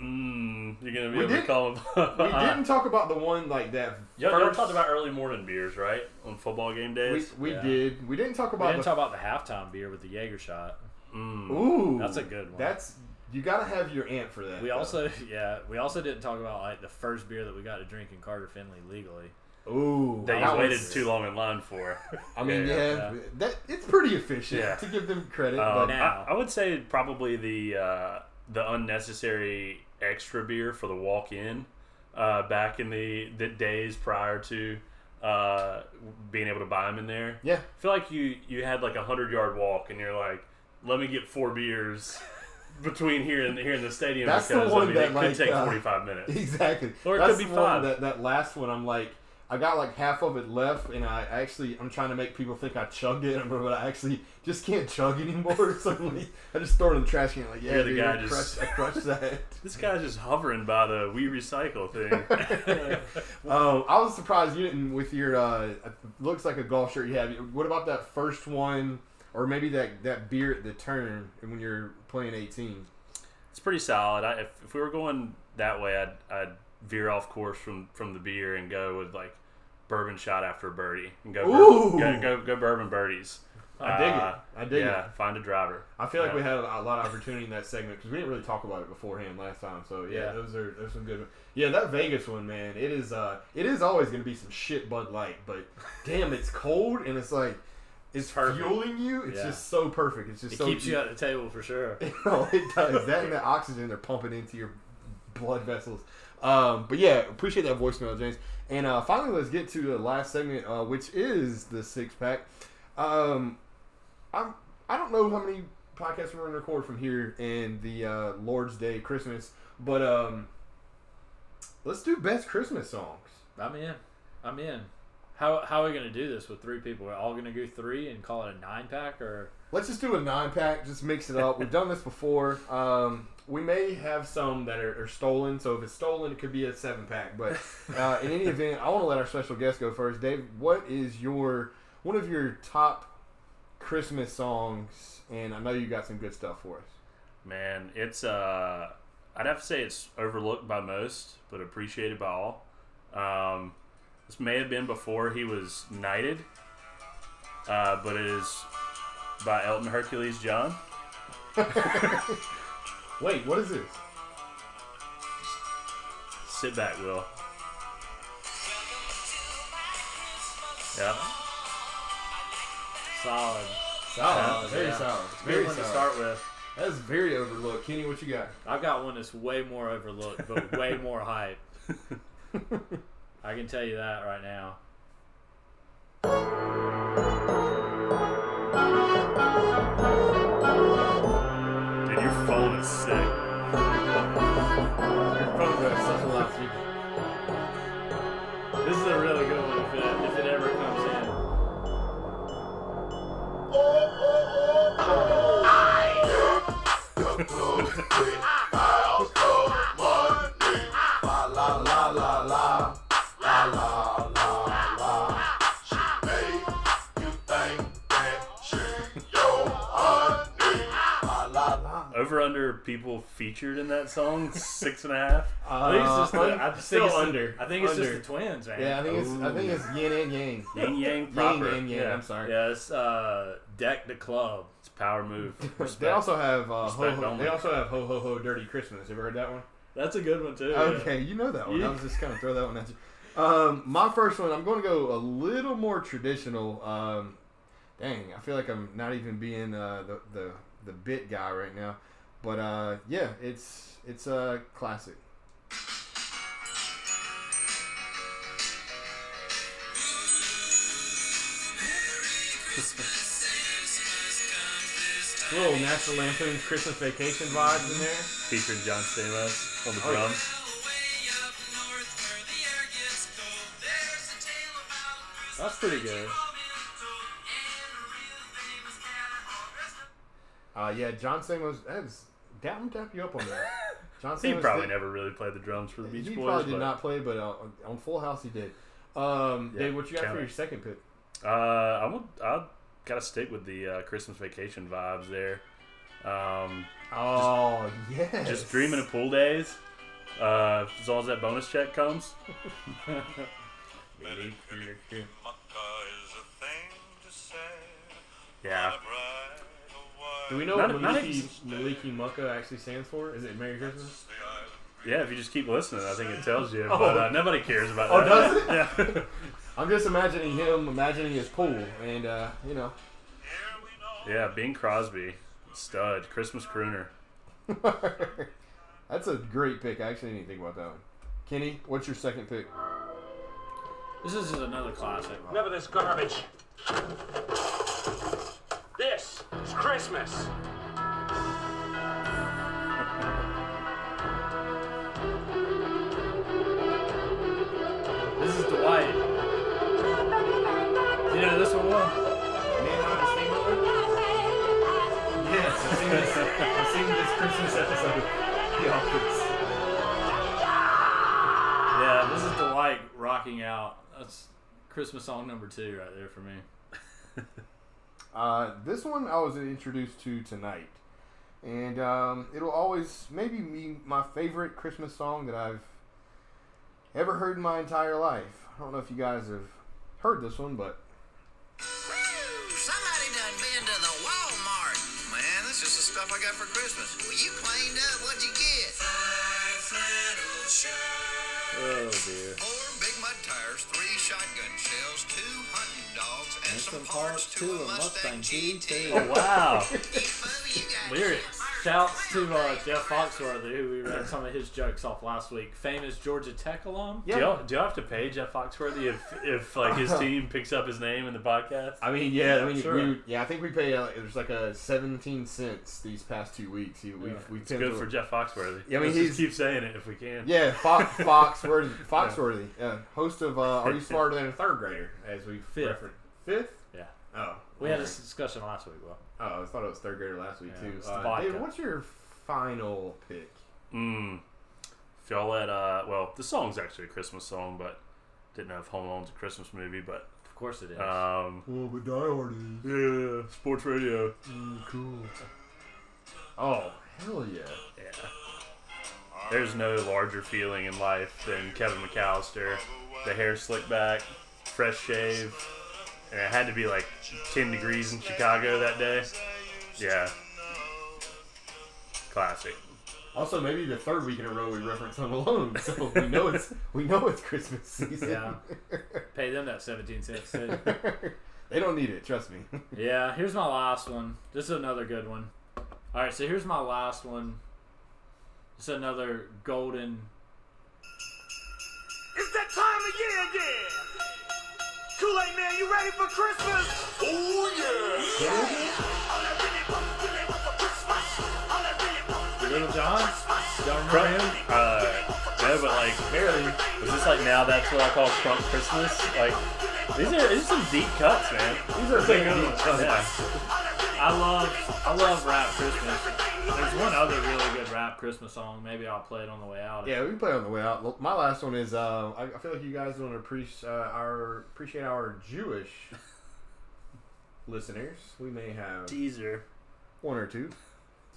Mm, you're gonna be We able to did- call him. we Uh-huh. didn't talk about the one like that. Y'all, y'all first- talked about early morning beers, right? On football game We, days. we Yeah. did. We didn't talk We about didn't the. talk about the halftime beer with the Jaeger shot. mm. ooh, That's a good one. That's you gotta have your amp for that. We though. also, yeah, we also didn't talk about like the first beer that we got to drink in Carter Finley legally. ooh That that you waited was- too long in line for. I mean, yeah, yeah. that it's pretty efficient Yeah. to give them credit. Um, but now- I, I would say probably the uh, the unnecessary extra beer for the walk in uh, back in the, the days prior to uh, being able to buy them in there. yeah, I feel like you you had like a hundred yard walk and you're like, let me get four beers between here and here in the stadium That's the because I one mean that, it could like, take uh, forty five minutes. exactly. Or it That's could be the one five. That, that last one, I'm like, I got like half of it left, and I actually I'm trying to make people think I chugged it, but I actually just can't chug anymore. so I'm like- I just throw it in the trash can. Like, yeah, You're the dude, guy I, just- crushed, I crushed that. This guy's just hovering by the we recycle thing. Um, I was surprised you didn't with your uh, looks like a golf shirt you have. What about that first one, or maybe that that beer at the turn when you're playing 18? it's pretty solid. I, if, if we were going that way, I'd, I'd veer off course from, from the beer and go with like bourbon shot after a birdie and go Ooh. bourbon, go, go go bourbon birdies. I dig Uh, it. I dig it. yeah, find a driver. I feel like Yeah. we had a lot of opportunity in that segment because we didn't really talk about it beforehand last time. So yeah, Yeah. those are those are some good. Ones. Yeah, that Vegas one, man. It is uh, it is always gonna be some shit Bud Light, but damn, it's cold and it's like it's Perfect. fueling you. It's Yeah. just so perfect. It's just It so keeps you at the table for sure. no, it does that and the oxygen they're pumping into your blood vessels. Um, but yeah, appreciate that voicemail, James. And uh, finally, let's get to the last segment, uh, which is the six pack. Um, I'm I don't know how many podcast we're going to record from here and the uh, Lord's Day Christmas. But um, let's do best Christmas songs. I'm in. I'm in. How, how are we going to do this with three people? We're all going to do three and call it a nine pack or. Let's just do a nine pack. Just mix it up. We've done this before. Um, we may have some that are, are stolen. So if it's stolen, it could be a seven pack. But uh, in any event, I want to let our special guest go first. Dave, what is your one of your top Christmas songs? And I know you got some good stuff for us. Man, it's uh, I'd have to say it's overlooked by most, but appreciated by all. Um, this may have been before he was knighted, uh, but it is by Elton Hercules John. Wait, what is this? Sit back, Will. Yeah, Solid. Solid, very yeah. solid, It's a very good one solid. to start with. That's very overlooked. Kenny, what you got? I've got one that's way more overlooked, but way more hype. I can tell you that right now. dude, your phone is sick. This is a really good one if it, if it ever comes in. Over under people featured in that song six and a half. I think it's just the, I just think still it's the- under. I think it's Uh, Under. just the twins, man. Yeah, I think it's I think it's yin and yang. Yin yang Yang proper. and yang. yeah, I'm sorry. Yeah, it's uh, Deck the Club. It's a power move. They Respect. also have uh, ho, Respect ho, only. they also have ho ho ho dirty Christmas. Have you heard that one? That's a good one, too. Okay, you know that one. I was just kind of throw that one at you. Um, my first one, I'm going to go a little more traditional. Um, dang, I feel like I'm not even being uh, the, the the bit guy right now, but uh, yeah, it's it's a uh, classic. Little National Lampoon's Christmas Vacation vibes in there. featuring John Stamos on the Oh, yeah. drums. That's pretty good. Uh, yeah, John Stamos. That was that one tapped you up on that. John He Stamos. probably did- never really played the drums for the Beach He Boys. probably did but, not play, but uh, on Full House he did. Um, Yeah, Dave, what you got count for it. your second pick? Uh, I'm a, I gotta stick with the uh, Christmas vacation vibes there. Um, Oh yeah, just dreaming of pool days. Uh, as long as that bonus check comes. Yeah. Do we know Not- what not Maliki, ex- Maliki Mucka actually stands for? Is it Merry Christmas? Yeah, if you just keep listening, I think it tells you. But uh, nobody cares about Oh, that. does it? Yeah. I'm just imagining him imagining his pool, and uh, you know, yeah, Bing Crosby, stud, Christmas crooner. that's a great pick. I actually didn't think about that one. Kenny, what's your second pick? This is just another classic. None of this garbage. This is Christmas. This is Dwight. You know this one? Will? Yes, I've seen this, I've seen this Christmas episode of The Office. Yeah, this is Dwight rocking out. That's Christmas song number two right there for me. Uh, this one I was introduced to tonight, and um, it'll always maybe be my favorite Christmas song that I've ever heard in my entire life. I don't know if you guys have heard this one, but Somebody done been to the Walmart. Man, that's just the stuff I got for Christmas. Well, you cleaned up. What'd you get? Five flannel shirts. Oh, dear. Four big mud tires, three shotgun shells, two hunting dogs, and, And some parts to a Mustang GT. Oh, wow. You fool, you got Lyrics. hit Shouts to uh, Jeff Foxworthy, who we read some of his jokes off last week. Famous Georgia Tech alum. Do y'all, do y'all have to pay Jeff Foxworthy if, if like his team picks up his name in the podcast? I mean, yeah, I mean, Sure. we, yeah, I think we pay. Uh, it was like a seventeen cents these past two weeks. He, we've, we It's good for Jeff Foxworthy. Yeah, I mean, Let's just he's- keep saying it if we can. Yeah, Fox, Foxworthy, Foxworthy, yeah, host of uh, Are You Smarter Than a Third Grader? As we Fifth. referenced, fifth. Yeah. Oh, We had this discussion last week. Well, Oh, I thought it was third grader last week Yeah, too. it's the Uh, vodka. David, what's your final pick? Mm. If y'all let, uh, well, the song's actually a Christmas song, but didn't know if Home Alone's a Christmas movie, but of course it is. um, Well, but Die Hard is yeah, sports radio. cool. Oh hell yeah! Yeah. There's no larger feeling in life than Kevin McAllister, the hair slicked back, fresh shave, and it had to be like 10 degrees in Chicago that day. Yeah. Classic. Also, maybe the third week in a row we reference Home Alone, so we know it's we know it's Christmas season. Yeah. Pay them that 17 cents. too. they don't need it, trust me. yeah, here's my last one. This is another good one. All right, so here's my last one. It's another golden. It's that time of year again. Kool-Aid man, you ready for Christmas? Oh yeah. All I really want, really want for Christmas. All I really want, really Little want John? for Christmas. Y'all Crump, remember him? uh, no, but like, barely. Is this like now that's what I call Crump Christmas? Like, these are, these are some deep cuts, man. These are big cuts. Yeah. I love I love rap Christmas. There's one other really good rap Christmas song. Maybe I'll play it on the way out. yeah, we can play on the way out. Look, My last one is uh, I, I feel like you guys don't appreciate uh, our appreciate our Jewish listeners. We may have Teaser. one or two,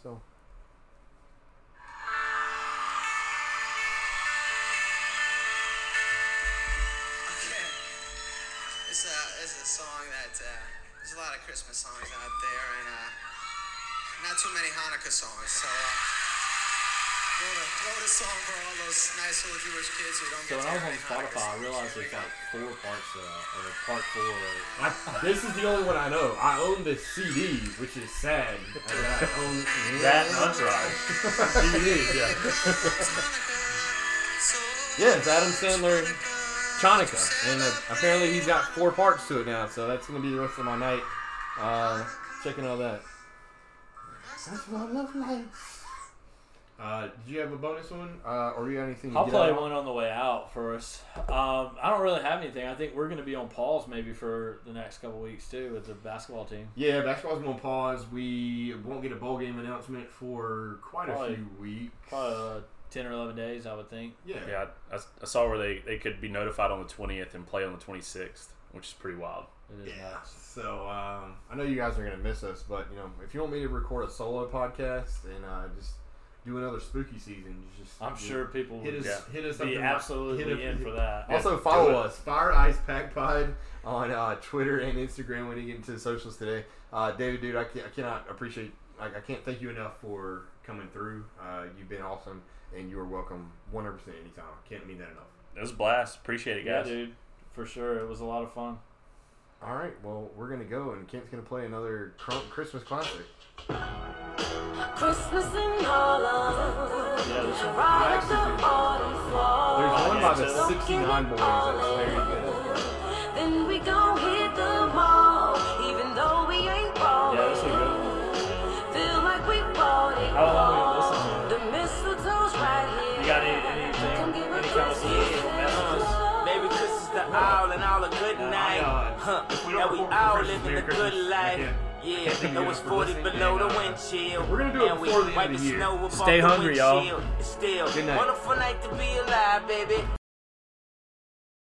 so. It's a, it's a song that uh, there's a lot of Christmas songs out there, and uh, not too many Hanukkah songs. So uh, wrote, a, wrote a song for all those nice little Jewish kids who don't So get when I was on to hear any Hanukkah Spotify, I songs. realized Here we there's go. like four parts of or part four. Of, I, this is the only one I know. I own this CD, which is sad. And I own That and Entourage. DVDs, yeah. Yeah, it's Adam Sandler, Chonica, and uh, apparently he's got four parts to it now. So that's gonna be the rest of my night, uh, checking all that. That's what I love life. Uh, did you have a bonus one, uh, or you got anything? to I'll get play out? one on the way out for us. Um, I don't really have anything. I think we're going to be on pause maybe for the next couple weeks too with the basketball team. Yeah, basketball's gonna pause. We won't get a bowl game announcement for quite Probably. a few weeks. Probably uh, ten or eleven days, I would think. Yeah. Yeah, I, I saw where they, they could be notified on the 20th and play on the 26th, which is pretty wild. It is Yeah. nuts. So um, I know you guys are gonna miss us, but you know if you want me to record a solo podcast and uh, just do another spooky season, you just I'm you sure people hit would us yeah. hit us up be in- absolutely hit up- in for that. Also do follow it. us Fire Eyes Pack Pod on uh, Twitter and Instagram when you get into the socials today. Uh, David, dude, I, can't, I cannot appreciate like I can't thank you enough for coming through. Uh, you've been awesome, and you are welcome 100 percent anytime. Can't mean that enough. It was a blast. Appreciate it, Yeah, guys. dude, for sure. It was a lot of fun. All right, well we're gonna go, and Kent's gonna play another cr- Christmas classic. Christmas in Harlem. Yeah, this one. Ride actually the do. party floor. There's one by the Don't give 69 it Boys all that's very in. good. Then we gon' hit the mall, even though we ain't ballin'. Yeah, this is a good one. Feel like we bought it How long all. The mistletoe's right here. You got any- anything- Come give a any kind of Christmas subliminal love. messages? Baby, Chris is the owl and all a good night. uh, huh. if we don't Now we record for all Christmas, living the Merry good Christmas. life. Yeah. Yeah, think it we was are 40 listening below the and, uh, wind chill. we're gonna do it and we before the end wipe the of the year. snow up Stay off the hungry, y'all. windshield. It's Still, Good night. wonderful night to be alive, baby.